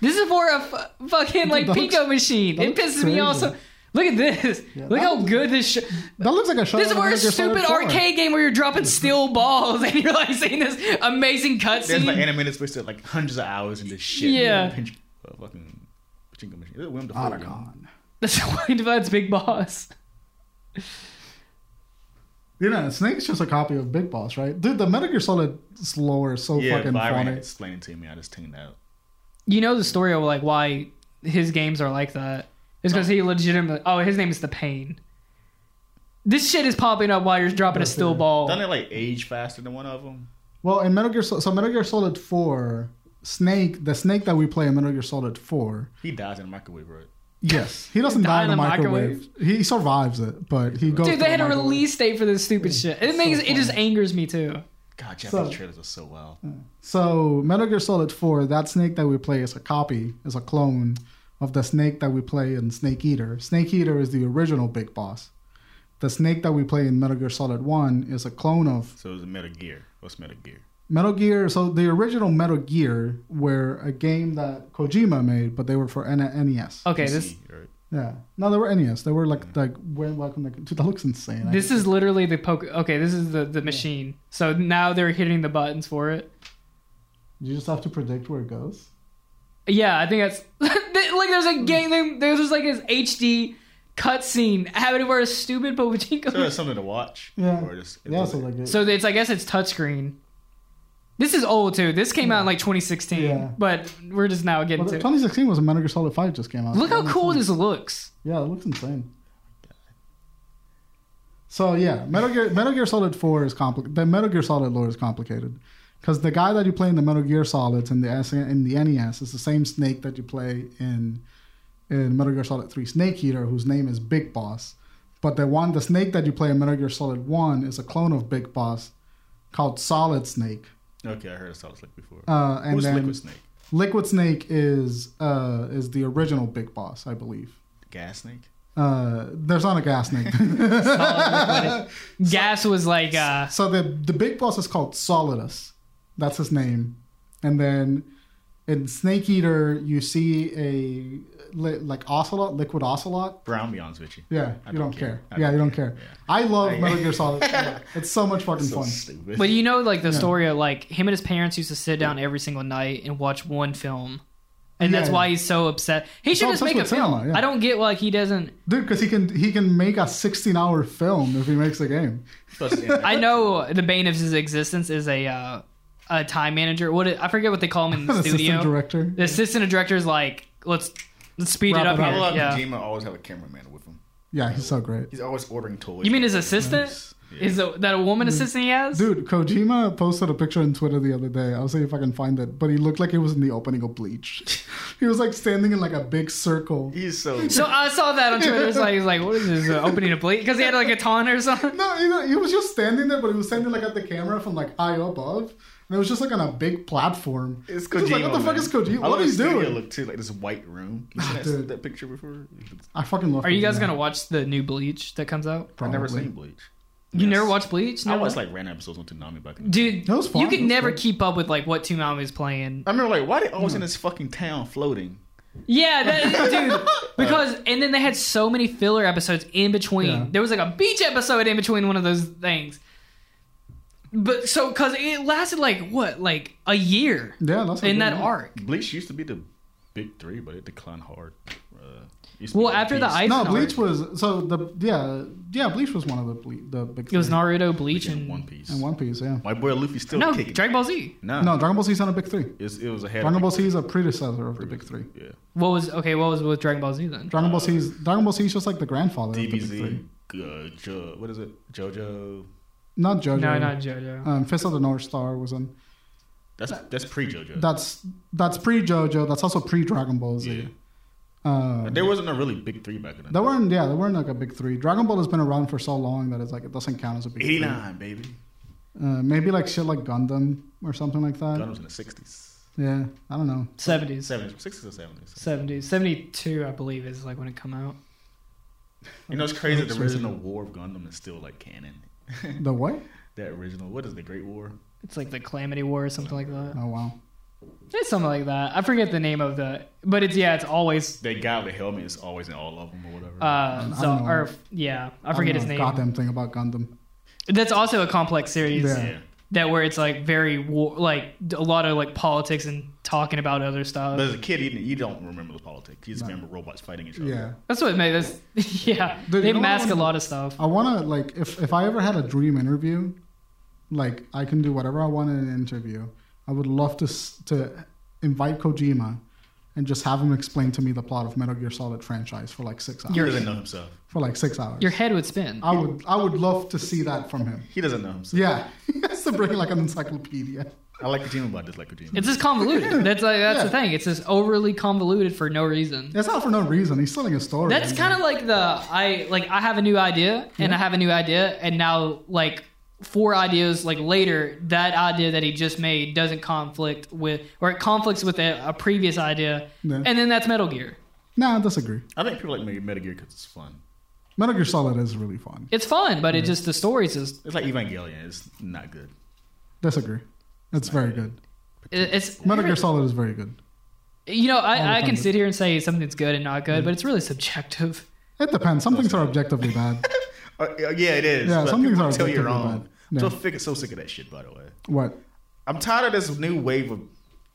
This is for a f- fucking like that Pico looks- machine. that It looks pisses me off. crazy. So look at this. Yeah, look that how looks- good this. Sh- That looks like a shot. this is out of for a Metal Gear Solid stupid 4. arcade game where you're dropping steel balls and you're like seeing this amazing There's like cutscene. animated space that like hundreds of hours in this shit. Yeah. Pinch- uh, fucking pachinko machine. Is it Willem Dafoe? Otacon. That's why that's Big Boss. You know, Snake's just a copy of Big Boss, right? Dude, the Metal Gear Solid is lore is so Yeah, fucking Byron funny. explained it to me. I just tuned out. You know the story of like why his games are like that. It's because he legitimately. Oh, his name is the Pain. This shit is popping up while you're dropping a still Doesn't ball. it like age faster than one of them? Well, in Metal Gear Solid, so Metal Gear Solid 4, Snake, the Snake that we play in Metal Gear Solid 4, He dies in the microwave, right? yes, he doesn't die in the microwave. He survives it, but he goes. Dude, through they had the a microwave. release date for this stupid shit. It makes it just angers me too. God, Japanese So- Mm. trailers are so wild. So Metal Gear Solid 4, that snake that we play is a copy, is a clone of the snake that we play in Snake Eater. Snake Eater is the original big boss. The snake that we play in Metal Gear Solid 1 is a clone of So it's Metal Gear. What's Metal Gear? Metal Gear. So the original Metal Gear were a game that Kojima made, but they were for N- NES. Okay, this PC, right? Yeah. No, they were NES. They were like like when welcome to dude, that looks insane. this is literally the poke. Okay, this is the the machine. So now they're hitting the buttons for it. you just have to predict where it goes. Yeah, I think that's like there's Hmm. a game. There's just like this HD cutscene happening where a stupid pachinko. So it's something to watch. Yeah. Or just, They also like it. So it's I guess it's touchscreen. This is old too. This came out in like 2016, Yeah. but we're just now getting Well, to. it. 2016 was when Metal Gear Solid 5 just came out. Look how Yeah. cool this looks. Yeah, it looks insane. So yeah, Metal Gear Metal Gear Solid Four is complicated. The Metal Gear Solid lore is complicated because the guy that you play in the Metal Gear Solids and the S- in the NES is the same snake that you play in in Metal Gear Solid Three, Snake Eater, whose name is Big Boss. But the one, the snake that you play in Metal Gear Solid One, is a clone of Big Boss called Solid Snake. Okay, I heard a solid slick before. Uh, and Who's then Liquid Snake? Liquid Snake is uh, is the original Big Boss, I believe. Gas Snake? Uh, there's not a gas snake. Oh, look at it. Gas was like, uh, So the the big boss is called Solidus. That's his name. And then in Snake Eater, you see a li- like ocelot, liquid ocelot. Brown Beyond's with you. Yeah, I you don't don't care. care. I Yeah, don't you don't care. care. Yeah. I love I- Metal Gear Solid. it's so much fucking So fun. stupid. but you know, like the story of like him and his parents used to sit down every single night and watch one film, and that's Yeah. why he's so upset. He should all just obsessed make a with film. cinema, yeah. I don't get like he doesn't. Dude, because he can he can make a 16 hour film if he makes a game. I know the bane of his existence is a uh, a time manager. What it, I forget what they call him in the studio. assistant director. The assistant director is like, let's let's speed Wrap it up. it up. I here. love Yeah. Kojima always have a cameraman with him. Yeah, he's so great. He's always ordering toys. You mean his assistant? Yeah. Is a, that a woman assistant he has? Dude, Kojima posted a picture on Twitter the other day. I'll see if I can find it. But he looked like he was in the opening of Bleach. he was like standing in like a big circle. He's so. So I saw that on Twitter. It's like, it's like what is this uh, opening a bleed? Because he had like a ton or something. No, you know, he was just standing there, but he was standing like at the camera from like high above, and it was just like on a big platform. It's Just Kojima. like, what the fuck man. is Kojima? I What love are you his studio doing? Ah, Look too, like this white room. You seen Dude. that, that picture before? I fucking love. Are you guys Kojima. gonna watch the new Bleach that comes out? I've never Probably. seen Bleach. You Yes. never watched Bleach? I Never? watched like random episodes on Toonami back in the day. Dude, That was fun. you That could was never good. keep up with like what Toonami is playing. I remember like why they always in Hmm. this fucking town floating? Yeah, that, dude. Because and then they had so many filler episodes in between. Yeah. There was like a beach episode in between one of those things. But so because it lasted like what, like a year Yeah, that's in that art. arc. Bleach used to be the big three, but it declined hard. Uh, used to Well, be after the Beast. ice, No, and Bleach Naruto- was so the yeah yeah Bleach was one of the ble- the big. It was three. Naruto, Bleach, Bleach and and One Piece. and One Piece. Yeah. My boy Luffy's still no kicking. Dragon Ball Z. no, No, Dragon Ball Z's not a big three. It's, it was ahead. Dragon of Ball me. Z is a predecessor of the big three. Yeah, What was okay? What was with Dragon Ball Z then? Dragon Ball Z is Dragon Ball Z is just like the grandfather of the big three. DBZ. Uh, jo- what is it? JoJo. Not JoJo. No, not JoJo. Um, Fist of the North Star was in. That's that's pre JoJo. That's that's pre JoJo. That's also pre Dragon Ball Z. Um, There wasn't a really big three back in the They day. weren't, yeah, they weren't like a big three. Dragon Ball has been around for so long that it's like it doesn't count as a big Eighty three. nine, baby. Uh, maybe like shit like Gundam or something like that. Gun was in the sixties, Yeah, I don't know. Seventies, seventies, sixties or seventies. seventies, seventy-two, I believe is like when it come out. You know, it's crazy. that The original War of Gundam is still like canon. The what? That original, what is the Great War? It's like the Calamity War or something like that. Oh wow. It's something like that. I forget the name of the, but it's yeah, it's always That guy with the helmet is always in all of them or whatever. uh, don't so know. or yeah, I don't forget know his a name. Goddamn thing about Gundam. That's also a complex series. Yeah. yeah. that where it's like very war, like a lot of like politics and talking about other stuff. But as a kid, you, you don't remember the politics. You just remember robots fighting each other. Yeah. That's what made this. Yeah, Dude, they you know what mask I a wanna- lot of stuff. I want to like if if I ever had a dream interview, like I can do whatever I want in an interview. I would love to s- to invite Kojima and just have him explain to me the plot of Metal Gear Solid franchise for like six hours. He doesn't know himself. for like six hours. Your head would spin. I would I would love to see that from him. He doesn't know himself. Yeah, he has to bring like an encyclopedia. I like Kojima, but I dislike Kojima. It's just convoluted. That's like that's the Yeah. thing. It's just overly convoluted for no reason. It's not for no reason. He's telling a story. That's kind of like the I like I have a new idea and I have a new idea and now like four ideas like later that idea that he just made doesn't conflict with or it conflicts with a, a previous idea Yeah. and then that's Metal Gear. Nah, I disagree. I think people like Metal Metal Gear because it's fun. Metal Gear Solid is really fun. It's fun, but it just the story's just It's like Evangelion. It's not good. Disagree. It's very good. it- it's Metal Gear Solid is very good. You know, All the I, I time. can sit here and say something's good and not good, but it's really subjective. It depends. Some things are objectively bad. Uh, uh, yeah, it is. Yeah, but some things people are tell you're objectively wrong. bad. So Yeah. thick, so sick of that shit. By the way, What? I'm tired of this new wave of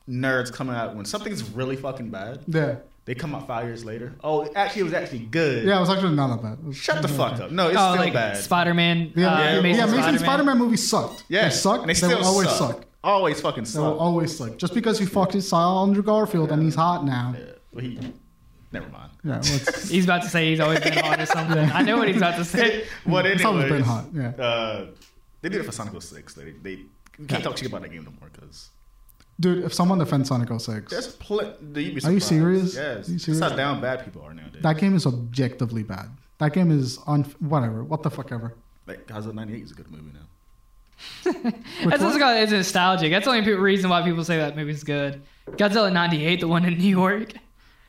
nerds coming out when something's really fucking bad. Yeah. They come out five years later. Oh, actually, it was actually good. Yeah, it was actually not that bad. It was- Shut the fuck up. No, it's oh, still like bad. Spider Man. Yeah, uh, yeah, Amazing yeah, Amazing Spider-Man. Spider-Man. movies sucked. yeah, they suck. And They, they, still will always suck. suck. Always fucking They will suck. always suck. Just because you fucking saw Andrew Garfield and he's hot now. yeah, but he, never mind. Yeah, let's, He's about to say he's always been hot or something. I know what he's about to say. what anyways, It's always been hot, yeah. Uh, they did it for Sonic 06. They, they you can't talk shit about that game no more because dude, if someone defends Sonic 06, there's plenty. You'd be Are you surprised. serious? Yes. Are you That's how serious? down bad people are nowadays. that game is objectively bad. That game is on whatever. What the fuck ever. like Godzilla 98 is a good movie now. That's also called, it's nostalgic. That's the only pe- reason why people say that movie's good. Godzilla '98, the one in New York.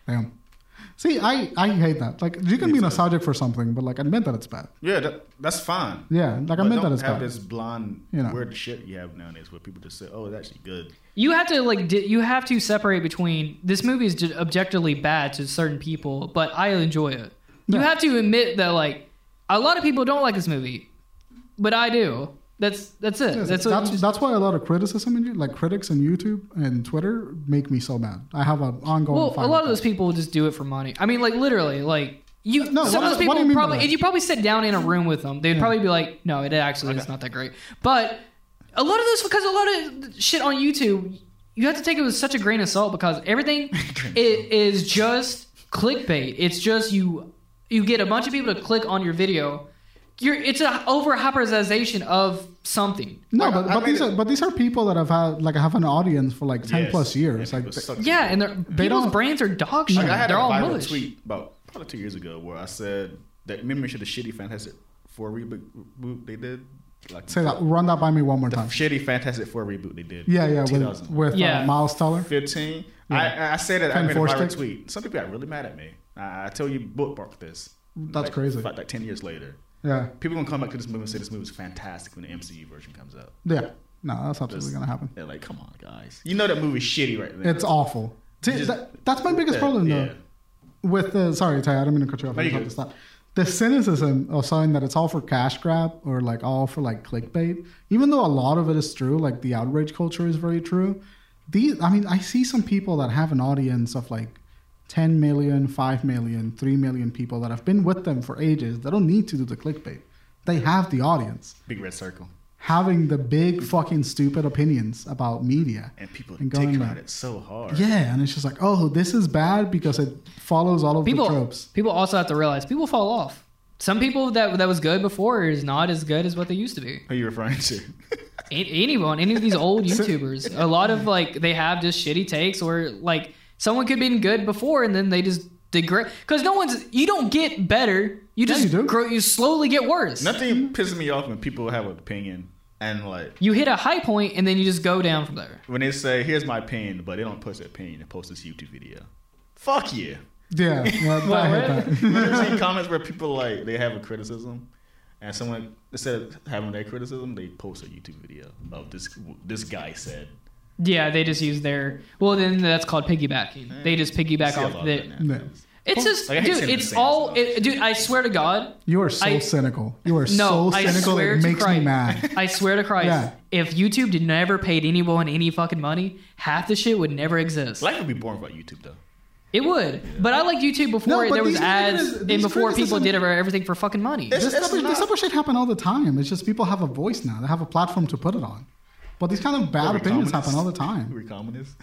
Damn. See, I, I hate that. Like, you can Me be too. nostalgic for something, but like, admit that it's bad. Yeah, that, that's fine. Yeah, like, But admit that don't it's have bad. this blonde You know. weird shit you have nowadays where people just say, "Oh, it's actually good." You have to like di- you have to separate between this movie is just objectively bad to certain people, but I enjoy it. You Yeah. have to admit that like a lot of people don't like this movie, but I do. That's that's it. That's, That's what that's, why a lot of criticism, and you- like critics and YouTube and Twitter, make me so mad. I have an ongoing. Well, fight a with lot of those people just do it for money. I mean, like literally, like you. No, some what- of those what do you mean people by probably that? if you probably sit down in a room with them, they'd probably be like, "No, it actually is not that great." But a lot of this because a lot of shit on YouTube, you have to take it with such a grain of salt because everything it is just clickbait. It's just you you get a bunch of people to click on your video. You're it's a over hyperization of something. that. No, Like, but, I but mean- these are but these are people that have had like have an audience for like ten Yes. plus years. And Like, people suck Yeah, and they're, people's don't- brains are dog shit. Like I had they're a all viral mush. tweet about probably two years ago where I said that memory of the shitty Fantastic Four reboot reboot they did. Like say that. Run that by me one more the time. shitty Fantastic Four reboot they did. Yeah, yeah, with, 2015. with Yeah. Uh, Miles Teller. I, I said that I Ken made a viral Forstick? tweet. Some people got really mad at me. I, I tell you, bookmark this. That's Like, crazy. Like, like ten years later, Yeah, people gonna come back to this movie and say this movie was fantastic when the MCU version comes out. yeah. No, that's absolutely gonna happen. They're like, come on, guys. You know that movie's shitty right now. It's awful. See, Just- that, that's my biggest problem though. Yeah. with the sorry, Ty, I don't mean to cut you off. No, I you're thought good. this thought. The cynicism of saying that it's all for cash grab or like all for like clickbait, even though a lot of it is true, like the outrage culture is very true. These, I mean, I see some people that have an audience of like 10 million, 5 million, 3 million people that have been with them for ages. They don't need to do the clickbait. They have the audience Big red circle. having the big fucking stupid opinions about media. And people And take going on back. it so hard. Yeah, and it's just like, oh, this is bad because it follows all of people the tropes. people also have to realize people fall off. Some people that that was good before is not as good as what they used to be. Who are you referring to? A- anyone, any of these old YouTubers, a lot of like they have just shitty takes or like someone could have been good before and then they just degrade because no one's you don't get better. You just you do. grow. You slowly get worse. Nothing pisses me off when people have an opinion and like You hit a high point and then you just go down from there. when they say, "Here's my opinion," but they don't post their opinion. They post this YouTube video. Fuck you. Yeah, well, I Well, hate that. You ever seen comments where people like they have a criticism, and someone instead of having their criticism, they post a YouTube video of this. This guy said. Yeah, they just use their well. Then that's called piggybacking. They just piggyback See a off lot the that No. happens. It's just, Like, I hate dude. saying It's the all, same it, dude. I swear to God, You are so I- cynical. You are so No, I cynical. swear It to makes me Christ. mad. I swear to Christ, Yeah. if YouTube did never paid anyone any fucking money, half the shit would never exist. Life would be boring without YouTube though. It would, but I like YouTube before No, it but there was these ads criticism- and these before people criticism- did everything for fucking money. This type, of, this type of shit happen all the time. It's just people have a voice now. They have a platform to put it on. But these kind of bad We're opinions happen communists. all the time. We're communists.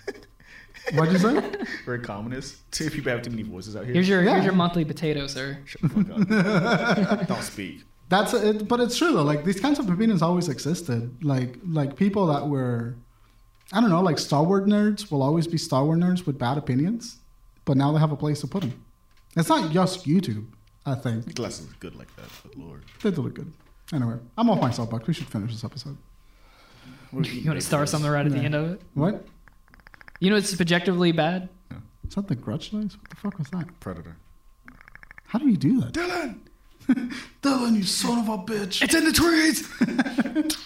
What'd you say? We're communists. See, people have too many voices out here. Here's your Yeah. here's your monthly potato, sir. Shut the fuck up. Don't speak. That's it, but it's true though. Like these kinds of opinions always existed. Like like people that were, I don't know, like Star Wars nerds will always be Star Wars nerds with bad opinions, but now they have a place to put them. It's not just YouTube. I think Less is good like that, but Lord. they did look good. Anyway, I'm off my soapbox. We should finish this episode. You want to start something right at the Yeah. end of it? What? You know it's objectively bad. Is that the grudge noise? What the fuck was that? Predator. How do you do that? Dylan! Dylan, you son of a bitch. It's in the trees!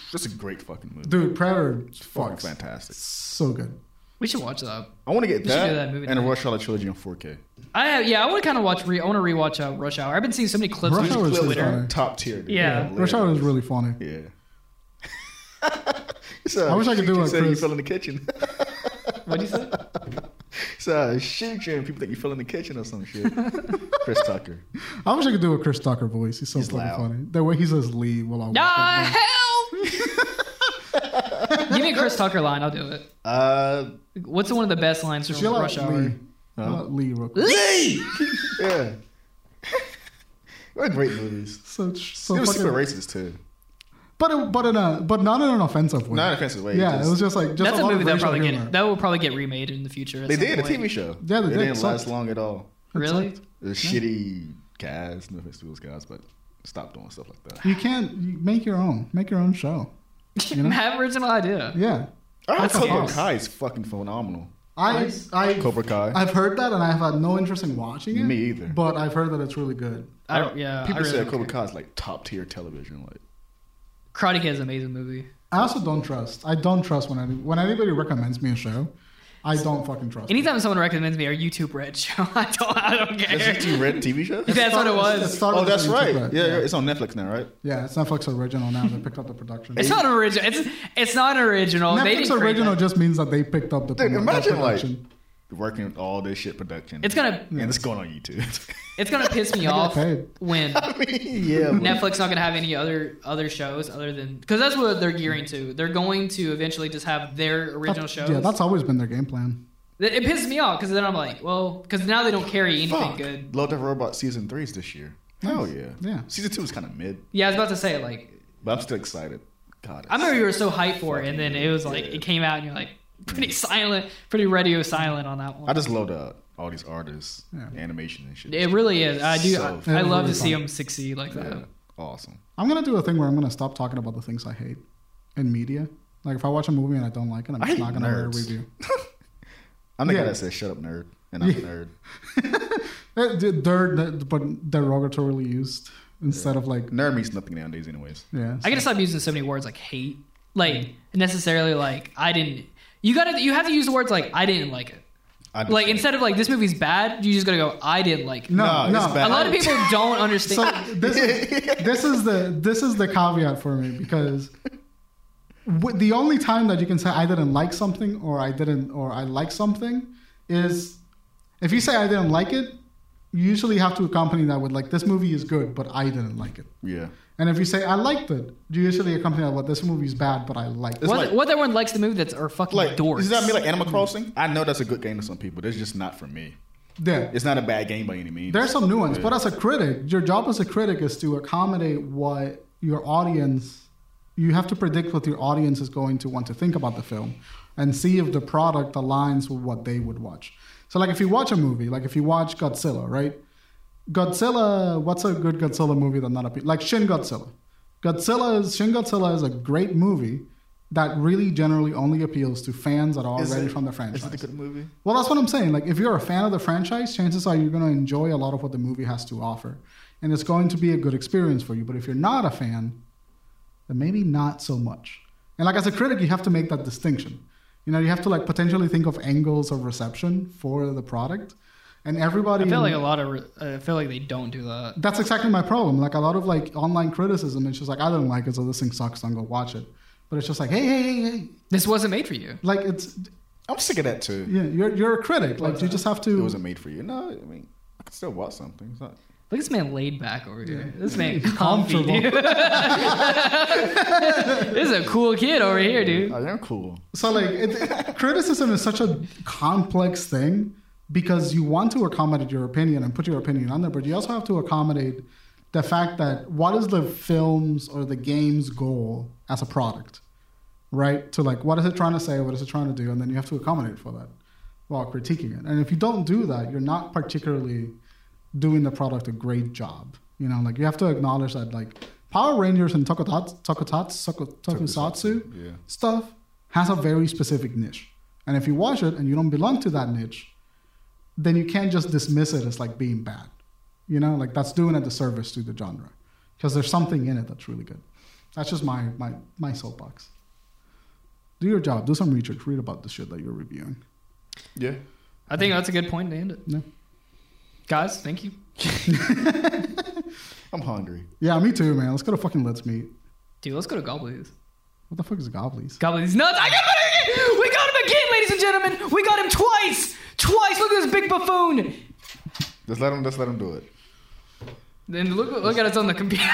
That's a great fucking movie. Dude, Predator Fucking fucks. fantastic. So good. We should watch that. I want to get We should that, do that movie and a tonight. Rush Hour trilogy on 4K. I yeah, I want to kind of watch. Re, I want to rewatch uh, Rush Hour. I've been seeing so many clips. Rush on Hour is Twitter. Twitter. funny. top tier. Dude. Yeah. Rush Hour is really funny. Yeah. so, I wish I could do you it, said You Chris. fell in the kitchen. What do you say? so shoot you, and people think you fell in the kitchen or some shit. Chris Tucker. I wish I could do a Chris Tucker voice. He's so He's fucking loud. funny. The way he says Lee will always. Ah, help! Give me a Chris Tucker line. I'll do it. Uh, What's one of the best lines from Yell out Rush Hour? Lee. Yell out Lee real quick. Lee. yeah. They're great movies. So, so it was fucking, super racist too. but it, but in a but not in an offensive way. Not in an offensive way. yeah, just- it was just like just That's a lot of movie that racial probably humor. get that will probably get remade in the future. at they some did a point. TV show. Yeah, they it did. didn't It last sucked. long at all. Really? It was shitty guys, no offense to those guys, but stop doing stuff like that. You can't you make your own. Make your own show. You know? Have original idea. Yeah. I heard That's a Cobra boss. Kai is fucking phenomenal. I Nice. I Cobra Kai. I've heard that and I've had no interest in watching it. Me either. But I've heard that it's really good. I don't, yeah, People I really say don't Cobra care. Kai is like top tier television. Like, Karate Kid is an amazing movie. I also don't trust. I don't trust when any, when anybody recommends me a show. I don't fucking trust. it. Anytime someone recommends me our YouTube Red show, I don't, I don't is care. it a red TV show? Yeah. That's what it was. started Oh, that's with right. Interpret, Yeah, yeah, it's on Netflix now, right? Yeah, it's Netflix original now. They picked up the production. It's not original. It's it's not original. they Netflix didn't create original that. just means that they picked up the, Dude, promo- the imagine, like- production. Working with all this shit production. It's gonna- and it's going on YouTube. It's gonna piss me off paid. when I mean, yeah. but- Netflix not gonna have any other other shows other than because that's what they're gearing to. They're going to eventually just have their original That's- shows. Yeah, that's always been their game plan. it, it pisses me off because then I'm like, well, because now they don't carry anything Fuck. good. Love Death Robot season three is this year. Hell yeah. Yeah. Season two is kind of mid, Yeah, I was about to say like but I'm still excited. God, I remember you were so hyped for it, and then it was like Yeah. it came out, and you're like pretty silent, pretty radio silent on that I one. just love the, all these artists, Yeah. animation and shit. It really is. I do. So I, I fun. love to Really see fun. them succeed like that. yeah. Awesome. I'm gonna do a thing where I'm gonna stop talking about the things I hate in media. Like if I watch a movie and I don't like it, I'm I just hate not gonna write a nerds. review. I'm the Yeah. guy that says, shut up, nerd. And I'm a nerd. Eh, d- They're, they're but derogatorily used instead of like Nerd means nothing nowadays, anyways. yeah. I gotta stop using so many words like hate, like necessarily like I didn't. You gotta you have to use the words like I didn't like it. I just- Like instead of like this movie's bad, you just gotta go I didn't like it. no, No, it's no. bad. A lot of people don't So understand. this is, this is the this is the caveat for me because w- the only time that you can say I didn't like something or I didn't or I like something is if you say I didn't like it, you usually have to accompany that with like this movie is good but I didn't like it. Yeah. And if you say I liked it, you usually accompany that with this movie is bad but I liked it. what, like- what that one likes the movie that's are fucking Like, dorks. is that me like Animal Crossing? I know that's a good game to some people. but It's just not for me. Yeah. It's not a bad game by any means. There's some new ones, but as a critic, your job as a critic is to accommodate what your audience. You have to predict what your audience is going to want to think about the film, and see if the product aligns with what they would watch. So, like if you watch a movie, like if you watch Godzilla, right? Godzilla. What's a good Godzilla movie that not a like Shin Godzilla? Godzilla is Shin Godzilla is a great movie that really generally only appeals to fans that are Is already it- from the franchise. Is it a good movie? Well, that's what I'm saying. Like, if you're a fan of the franchise, chances are you're going to enjoy a lot of what the movie has to offer, and it's going to be a good experience for you. But if you're not a fan, then maybe not so much. And like as a critic, you have to make that distinction. You know, you have to like potentially think of angles of reception for the product, and everybody. I feel in- Mm. like a lot of. re- I feel like they don't do that. that's exactly my problem. Like a lot of like online criticism, it's just like I don't like it, so this thing sucks. Don't go watch it. But it's just like, hey, hey, hey, hey. This wasn't made for you. Like it's I'm sick of that too. yeah, you're you're a critic. Like you just have It to. wasn't made for you. No, I mean, I can still watch something. It's not. Look at this man laid back over here. This man He's comfy, dude. this is a cool kid over here, dude. Oh, they're cool. So like it, it- criticism is such a complex thing because you want to accommodate your opinion and put your opinion on there, but you also have to accommodate the fact that what is the film's or the game's goal as a product, right? To like what is it trying to say, what is it trying to do, and then you have to accommodate for that while critiquing it. And if you don't do that, you're not particularly doing the product a great job. You know, like you have to acknowledge that like Power Rangers and Tokusatsu, Tokusatsu, Tokusatsu Yeah. stuff has a very specific niche. And if you watch it and you don't belong to that niche, then you can't just dismiss it as like being bad. You know, like that's doing a disservice to the genre because there's something in it that's really good. That's just my my my soapbox. Do your job. Do some research. Read about the shit that you're reviewing. Yeah. I think that's a good point to end it. Yeah. Guys, thank you. I'm hungry. Yeah, me too, man. Let's go to fucking Let's Meet. Dude, let's go to Gobblies. What the fuck is Goblies? Gobblies nuts. I got him again. We got him again, ladies and gentlemen. We got him twice. Twice. Look at this big buffoon. Just let them. Just let them do it. Then look look at us on the computer.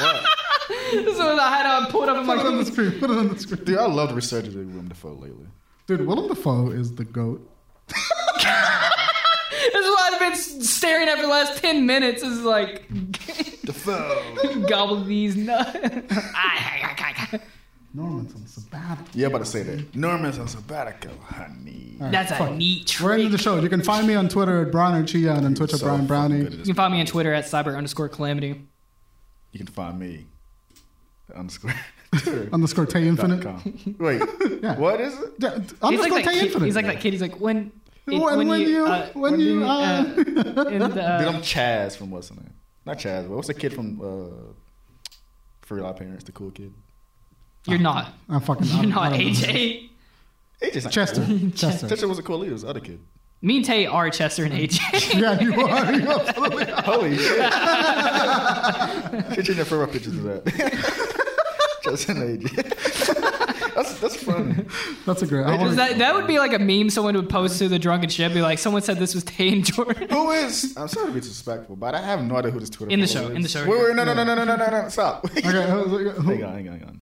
What? this is what I had uh, pulled up in my Put it on the screen. Put it on the screen. Dude, I loved resurging Willem Dafoe lately. Dude, Willem Dafoe is the goat. This is what I've been staring at for the last 10 minutes. Is like, Dafoe. gobble these nuts. Norman's on Sabbatical. yeah, I'm about to say that. Norman's on sabbatical, honey. All right, That's a fuck. neat trick. We're into the show. You can find me on Twitter at Brian Chia and on Twitch at So Brian fucking Brownie. good at this. You can find me on Twitter at cyber underscore calamity. You can find me at underscore. underscore Tay dot Infinite. com. Wait, Yeah. what is it? Yeah, underscore like that Tay kid, Infinite. He's like that kid. He's like, when. When, when, you, uh, when, you, uh, in the, Dude, I'm Chaz from what's the name? Not Chaz, but what's the kid from uh, Free Life Parents, the cool kid? you're not. I'm fucking. You're I'm- not I don't know. AJ. AJ's not Chester. Cool. Chester. Chester was a cool leader. It was the other kid. Me and Tay are Chester and AJ. Yeah, you are. You absolutely are. Holy shit! Get you in there pictures of that. Chester and AJ. that's that's funny. That's a great. I Wait, wanna- Was that, that would be like a meme someone would post to the drunken ship. Be like, someone said this was Tay and Jordan. Who is? I'm sorry to be disrespectful, but I have no idea who this Twitter In the follower show, is. in the show. Wait, wait, no, no, no, no, no, no, no, no, stop. okay, who- who- hang on, hang on, hang on.